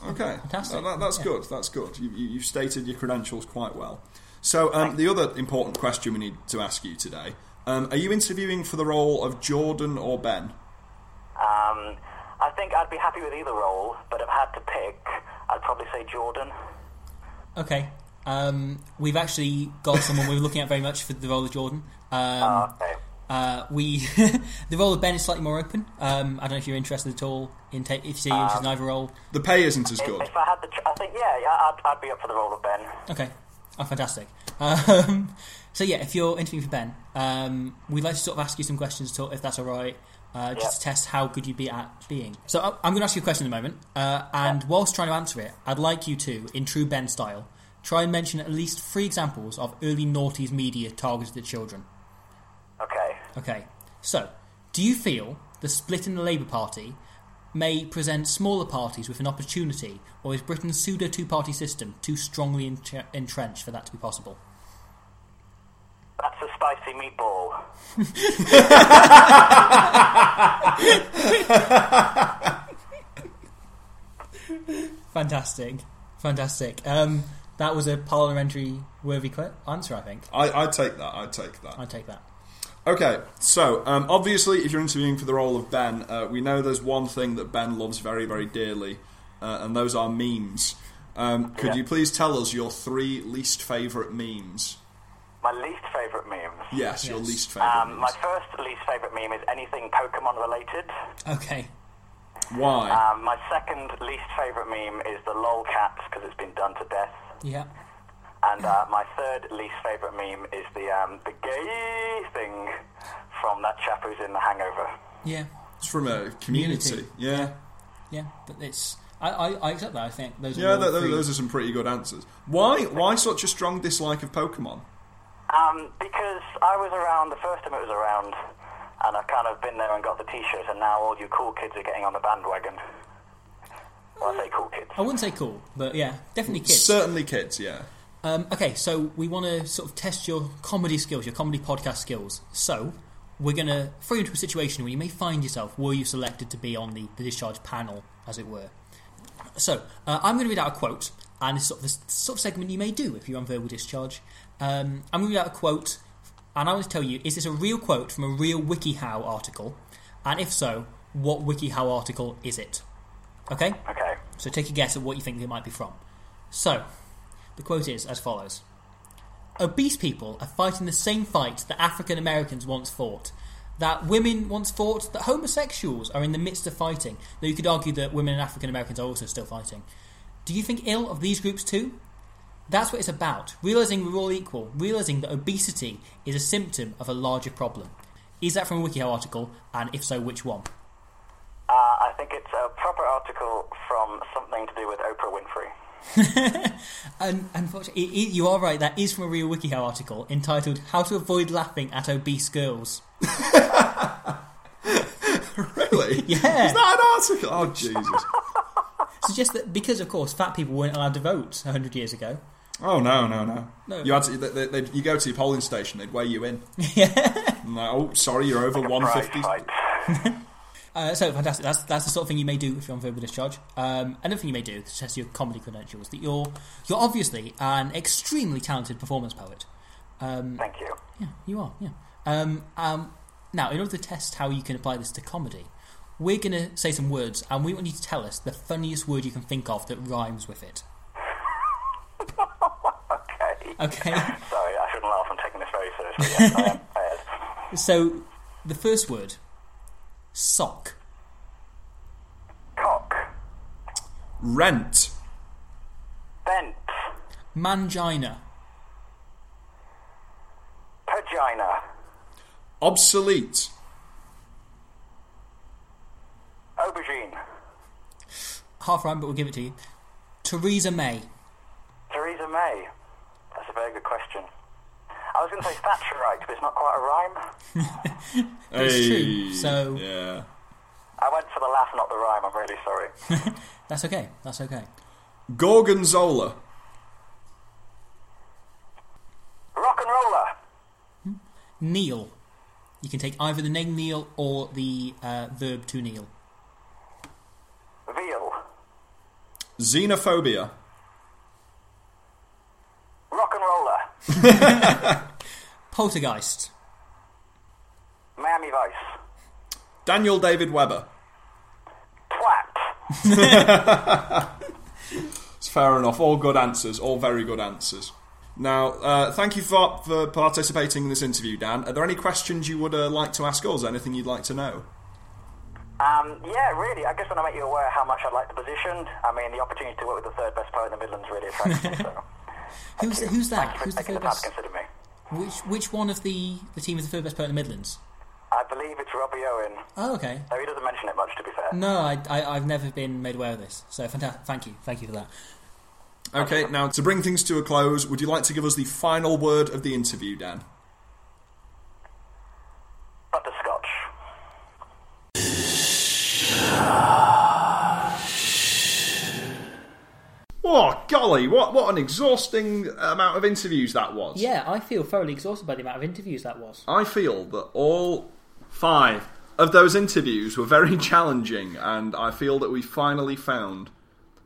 S1: Okay, Uh,
S2: Fantastic.
S1: That- that- that's
S2: Yeah.
S1: good. That's good. You, you, you've stated your credentials quite well. So, um, the other important question we need to ask you today: um, Are you interviewing for the role of Jordan or Ben?
S7: Um, I think I'd be happy with either role, but if I had to pick, I'd probably say Jordan.
S2: Okay, um, we've actually got someone we're looking at very much for the role of Jordan. Um,
S7: Okay.
S2: uh, we the role of Ben is slightly more open. Um, I don't know if you're interested at all in ta- if you're interested in either role.
S1: The pay isn't as good.
S7: If, if I had the, ch- I think yeah, yeah, I'd, I'd be up for the role of Ben.
S2: Okay. Oh, fantastic. Um, so yeah, if you're interviewing for Ben, um, we'd like to sort of ask you some questions, to, if that's all right, uh, just
S7: Yeah.
S2: to test how good you'd be at being. So I- I'm going to ask you a question in a moment, uh, and whilst trying to answer it, I'd like you to, in true Ben style, try and mention at least three examples of early noughties media targeted at children.
S7: Okay.
S2: Okay. So, do you feel the split in the Labour Party may present smaller parties with an opportunity, or is Britain's pseudo two party system too strongly entr- entrenched for that to be possible?
S7: That's a spicy meatball.
S2: Fantastic. Fantastic. Um, that was a parliamentary worthy qu- answer, I think.
S1: I, I take that. I take that.
S2: I take that.
S1: Okay, so um, obviously, if you're interviewing for the role of Ben, uh, we know there's one thing that Ben loves very, very dearly, uh, and those are memes. Um, could you please tell us your three least favourite memes?
S7: My least favourite memes.
S1: Yes, your
S2: Yes.
S1: least favourite.
S7: Um, my
S1: memes.
S7: first least favourite meme is anything Pokemon related.
S2: Okay.
S1: Why?
S7: Um, my second least favourite meme is the lol cats because it's been done to death.
S2: Yeah.
S7: And uh, my third least favourite meme is the um, the gay thing from that chap who's in The Hangover.
S2: Yeah.
S1: it's from a community.
S2: Community.
S1: Yeah,
S2: Yeah. But it's. I, I, I accept that, I think. Those
S1: yeah.
S2: are
S1: Th-
S2: all
S1: th-
S2: three.
S1: those are some pretty good answers. Why? Why such a strong dislike of Pokemon?
S7: Um, because I was around the first time it was around, and I've kind of been there and got the T-shirts, and now all you cool kids are getting on the bandwagon. Well, I say cool kids.
S2: I wouldn't say cool, but yeah, definitely kids.
S1: Certainly kids. Yeah.
S2: Um, okay, so we want to sort of test your comedy skills, your comedy podcast skills. So we're going to throw you into a situation where you may find yourself were you selected to be on the, the discharge panel, as it were. So uh, I'm going to read out a quote, and it's sort of this sort of segment you may do if you're on verbal discharge. Um, I'm going to read out a quote, and I want to tell you is this a real quote from a real WikiHow article, and if so, what WikiHow article is it? Okay.
S7: Okay.
S2: So take a guess at what you think it might be from. So, the quote is as follows Obese people are fighting the same fight that African Americans once fought, that women once fought, that homosexuals are in the midst of fighting, though you could argue that women and African Americans are also still fighting. Do you think ill of these groups too? That's what it's about. Realizing we're all equal, realizing that obesity is a symptom of a larger problem. Is that from a WikiHow article, and if so, which one?
S7: Uh, I think it's a proper article from something to do with Oprah Winfrey.
S2: And unfortunately, it, it- you are right. That is from a real WikiHow article entitled "How to Avoid Laughing at Obese Girls."
S1: Really?
S2: Yeah.
S1: Is that an article? Oh Jesus!
S2: Suggests that because, of course, fat people weren't allowed to vote hundred years ago.
S1: Oh no, no, no!
S2: No.
S1: You had to. They, they, you go to your polling station. They'd weigh you in. No, sorry, you're over one
S7: Prize
S1: fifty.
S7: fight.
S2: Uh, so fantastic. That's that's the sort of thing you may do if you're on verbal discharge. Um, another thing you may do to test your comedy credentials that you're you're obviously an extremely talented performance poet.
S7: Thank you.
S2: Yeah, you are. Yeah. Um, um, now, in order to test how you can apply this to comedy, we're going to say some words, and we want you to tell us the funniest word you can think of that rhymes with it.
S7: Okay.
S2: Okay.
S7: Sorry, I shouldn't laugh. I'm taking this very seriously. Yes, I am prepared.
S2: So, the first word, sock.
S1: Rent.
S7: Bent.
S2: Mangina.
S7: Pagina.
S1: Obsolete.
S7: Aubergine.
S2: Half right, but we'll give it to you. Theresa May.
S7: Theresa May. That's a very good question. I was going to say Thatcherite, but it's not quite a rhyme.
S2: It's true, so-
S1: yeah.
S7: I went for the laugh, not the rhyme. I'm really sorry.
S2: That's okay. That's okay.
S1: Gorgonzola.
S7: Rock and roller.
S2: Kneel. You can take either the name kneel or the uh, verb to kneel.
S7: Veal.
S1: Xenophobia.
S7: Rock and roller.
S2: Poltergeist.
S7: Miami Vice.
S1: Daniel David Weber.
S7: Twat.
S1: It's fair enough. All good answers. All very good answers. Now, uh, thank you for, for participating in this interview, Dan. Are there any questions you would uh, like to ask us? Anything you'd like to know?
S7: Um, yeah, really. I guess when I make you aware how much I'd like the position, I mean, the opportunity to work with the third best poet in the Midlands really attracts me. So,
S2: Who's the, who's that?
S7: thank you
S2: Who's the
S7: for taking
S2: third
S7: the time to
S2: best?
S7: consider me.
S2: Which which one of the the team is the third best player in the Midlands?
S7: I believe it's Robbie Owen.
S2: Oh, okay.
S7: Though he doesn't mention it much, to be fair.
S2: No, I, I I've never been made aware of this. So fantastic. Thank you. Thank you for that.
S1: Okay, now to bring things to a close, would you like to give us the final word of the interview, Dan?
S7: Butterscotch.
S1: Oh, golly, what, what an exhausting amount of interviews that was.
S2: Yeah, I feel thoroughly exhausted by the amount of interviews that was.
S1: I feel that all five of those interviews were very challenging, and I feel that we finally found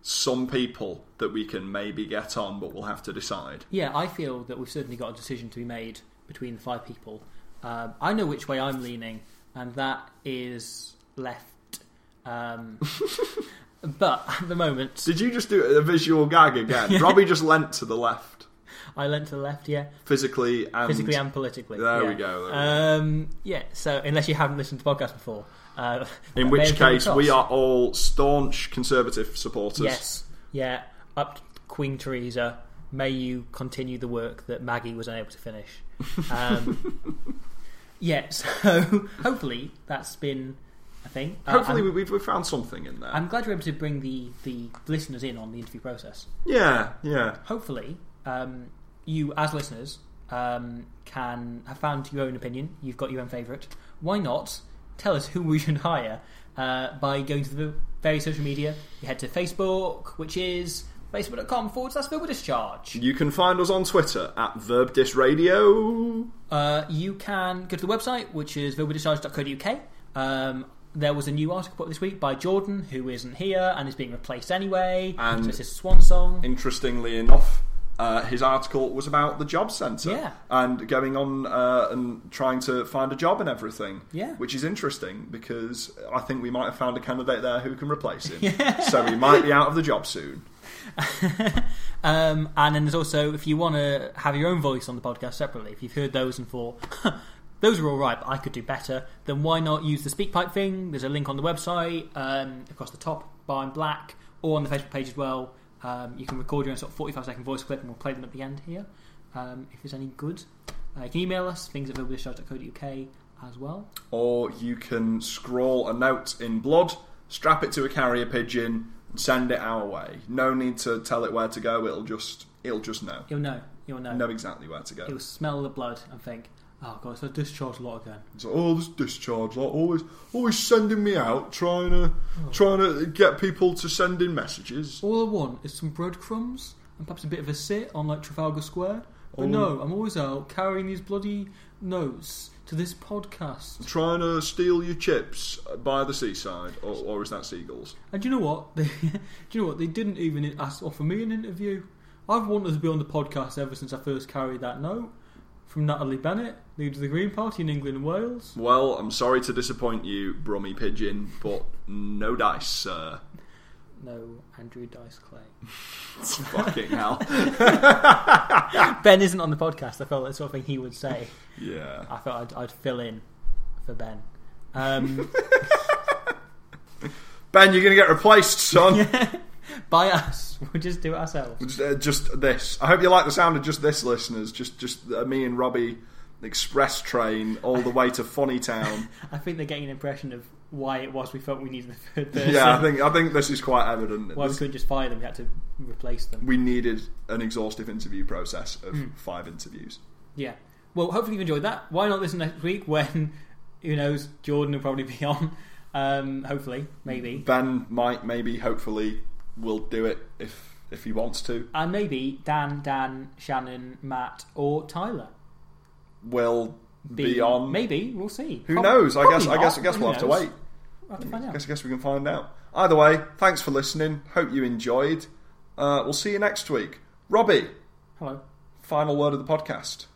S1: some people that we can maybe get on, but we'll have to decide.
S2: Yeah, I feel that we've certainly got a decision to be made between the five people. Um, I know which way I'm leaning, and that is left. Um, but at the moment,
S1: Did you just do a visual gag again? Robbie just leant to the left,
S2: I leant to the left. Yeah,
S1: physically and
S2: physically and politically.
S1: There we
S2: yeah.
S1: go, there we
S2: um, yeah. So unless you haven't listened to the podcast before, uh, that
S1: in
S2: may
S1: which
S2: have come
S1: case we
S2: across.
S1: are all staunch conservative supporters.
S2: Yes. Yeah. Up to Queen Teresa. May you continue the work that Maggie was unable to finish. Um, yeah. So hopefully that's been a thing. Uh,
S1: Hopefully,
S2: I'm,
S1: we we've, we've found something in there.
S2: I'm glad you're able to bring the the listeners in on the interview process.
S1: yeah, yeah.
S2: Hopefully, um, you as listeners um, can have found your own opinion. You've got your own favourite. Why not tell us who we should hire uh, by going to the various social media? You head to Facebook, which is facebook.com forward slash verbal discharge.
S1: You can find us on Twitter at VerbDish Radio.
S2: Uh, you can go to the website, which is verbaldischarge.co.uk. Um, there was a new article put up this week by Jordan, who isn't here and is being replaced anyway.
S1: And-
S2: so it's his swan song.
S1: interestingly enough, uh, his article was about the job centre
S2: Yeah.
S1: and going on uh, and trying to find a job and everything.
S2: Yeah.
S1: which is interesting because I think we might have found a candidate there who can replace him. So he might be out of the job soon.
S2: Um, and then there's also if you want to have your own voice on the podcast separately, if you've heard those and thought those are all right, but I could do better, then why not use the SpeakPipe thing? There's a link on the website um, across the top, bar in black, or on the Facebook page as well. Um, you can record your own sort of 45 second voice clip, and we'll play them at the end here um, if there's any good. Uh, you can email us things at verbalddischarge.co.uk as well.
S1: Or you can scrawl a note in blood, strap it to a carrier pigeon, and send it our way. No need to tell it where to go. It'll just it'll just know.
S2: You'll know. You'll know.
S1: Know exactly where to go.
S2: You'll smell the blood and think, oh god, so I discharged a lot again.
S1: It's like, oh, this discharge lot always, always sending me out, trying to, trying to get people to send in messages.
S2: All I want is some breadcrumbs and perhaps a bit of a sit on like Trafalgar Square. But no, I'm always out carrying these bloody notes to this podcast.
S1: Trying to steal your chips by the seaside, or, or is that seagulls?
S2: And do you know what? They, do you know what? They didn't even ask offer me an interview. I've wanted to be on the podcast ever since I first carried that note from Natalie Bennett, leader of the Green Party in England and Wales.
S1: Well, I'm sorry to disappoint you, Brummy Pigeon, but no dice, sir.
S2: No, Andrew Dice Clay.
S1: Fucking hell.
S2: Ben isn't on the podcast. I felt that's the sort of thing he would say.
S1: Yeah.
S2: I thought I'd, I'd fill in for Ben. Um,
S1: Ben, you're going to get replaced, son.
S2: By us, we'll just do it ourselves.
S1: Just, uh, just this. I hope you like the sound of just this, listeners. Just, just uh, me and Robbie, express train all the way to Funny Town.
S2: I think they're getting an impression of why it was we felt we needed the third person.
S1: yeah, I think I think this is quite evident.
S2: why we
S1: This-
S2: couldn't just fire them. We had to replace them.
S1: we needed an exhaustive interview process of
S2: Hmm.
S1: five interviews.
S2: Yeah. Well, hopefully you've enjoyed that. Why not listen next week when, who knows, Jordan will probably be on. Um, hopefully, maybe.
S1: Ben might, maybe, hopefully, will do it if if he wants to.
S2: And maybe Dan, Dan, Shannon, Matt, or Tyler.
S1: Will be, on.
S2: Maybe. We'll see.
S1: Who
S2: Prob-
S1: knows? I guess.
S2: probably
S1: I guess. I
S2: not.
S1: guess
S2: Who
S1: we'll have to
S2: knows?
S1: wait.
S2: We'll have to find
S1: I guess.
S2: out.
S1: I guess we can find out. Either way, thanks for listening. Hope you enjoyed. Uh, we'll see you next week. Robbie,
S2: Hello.
S1: final word of the podcast.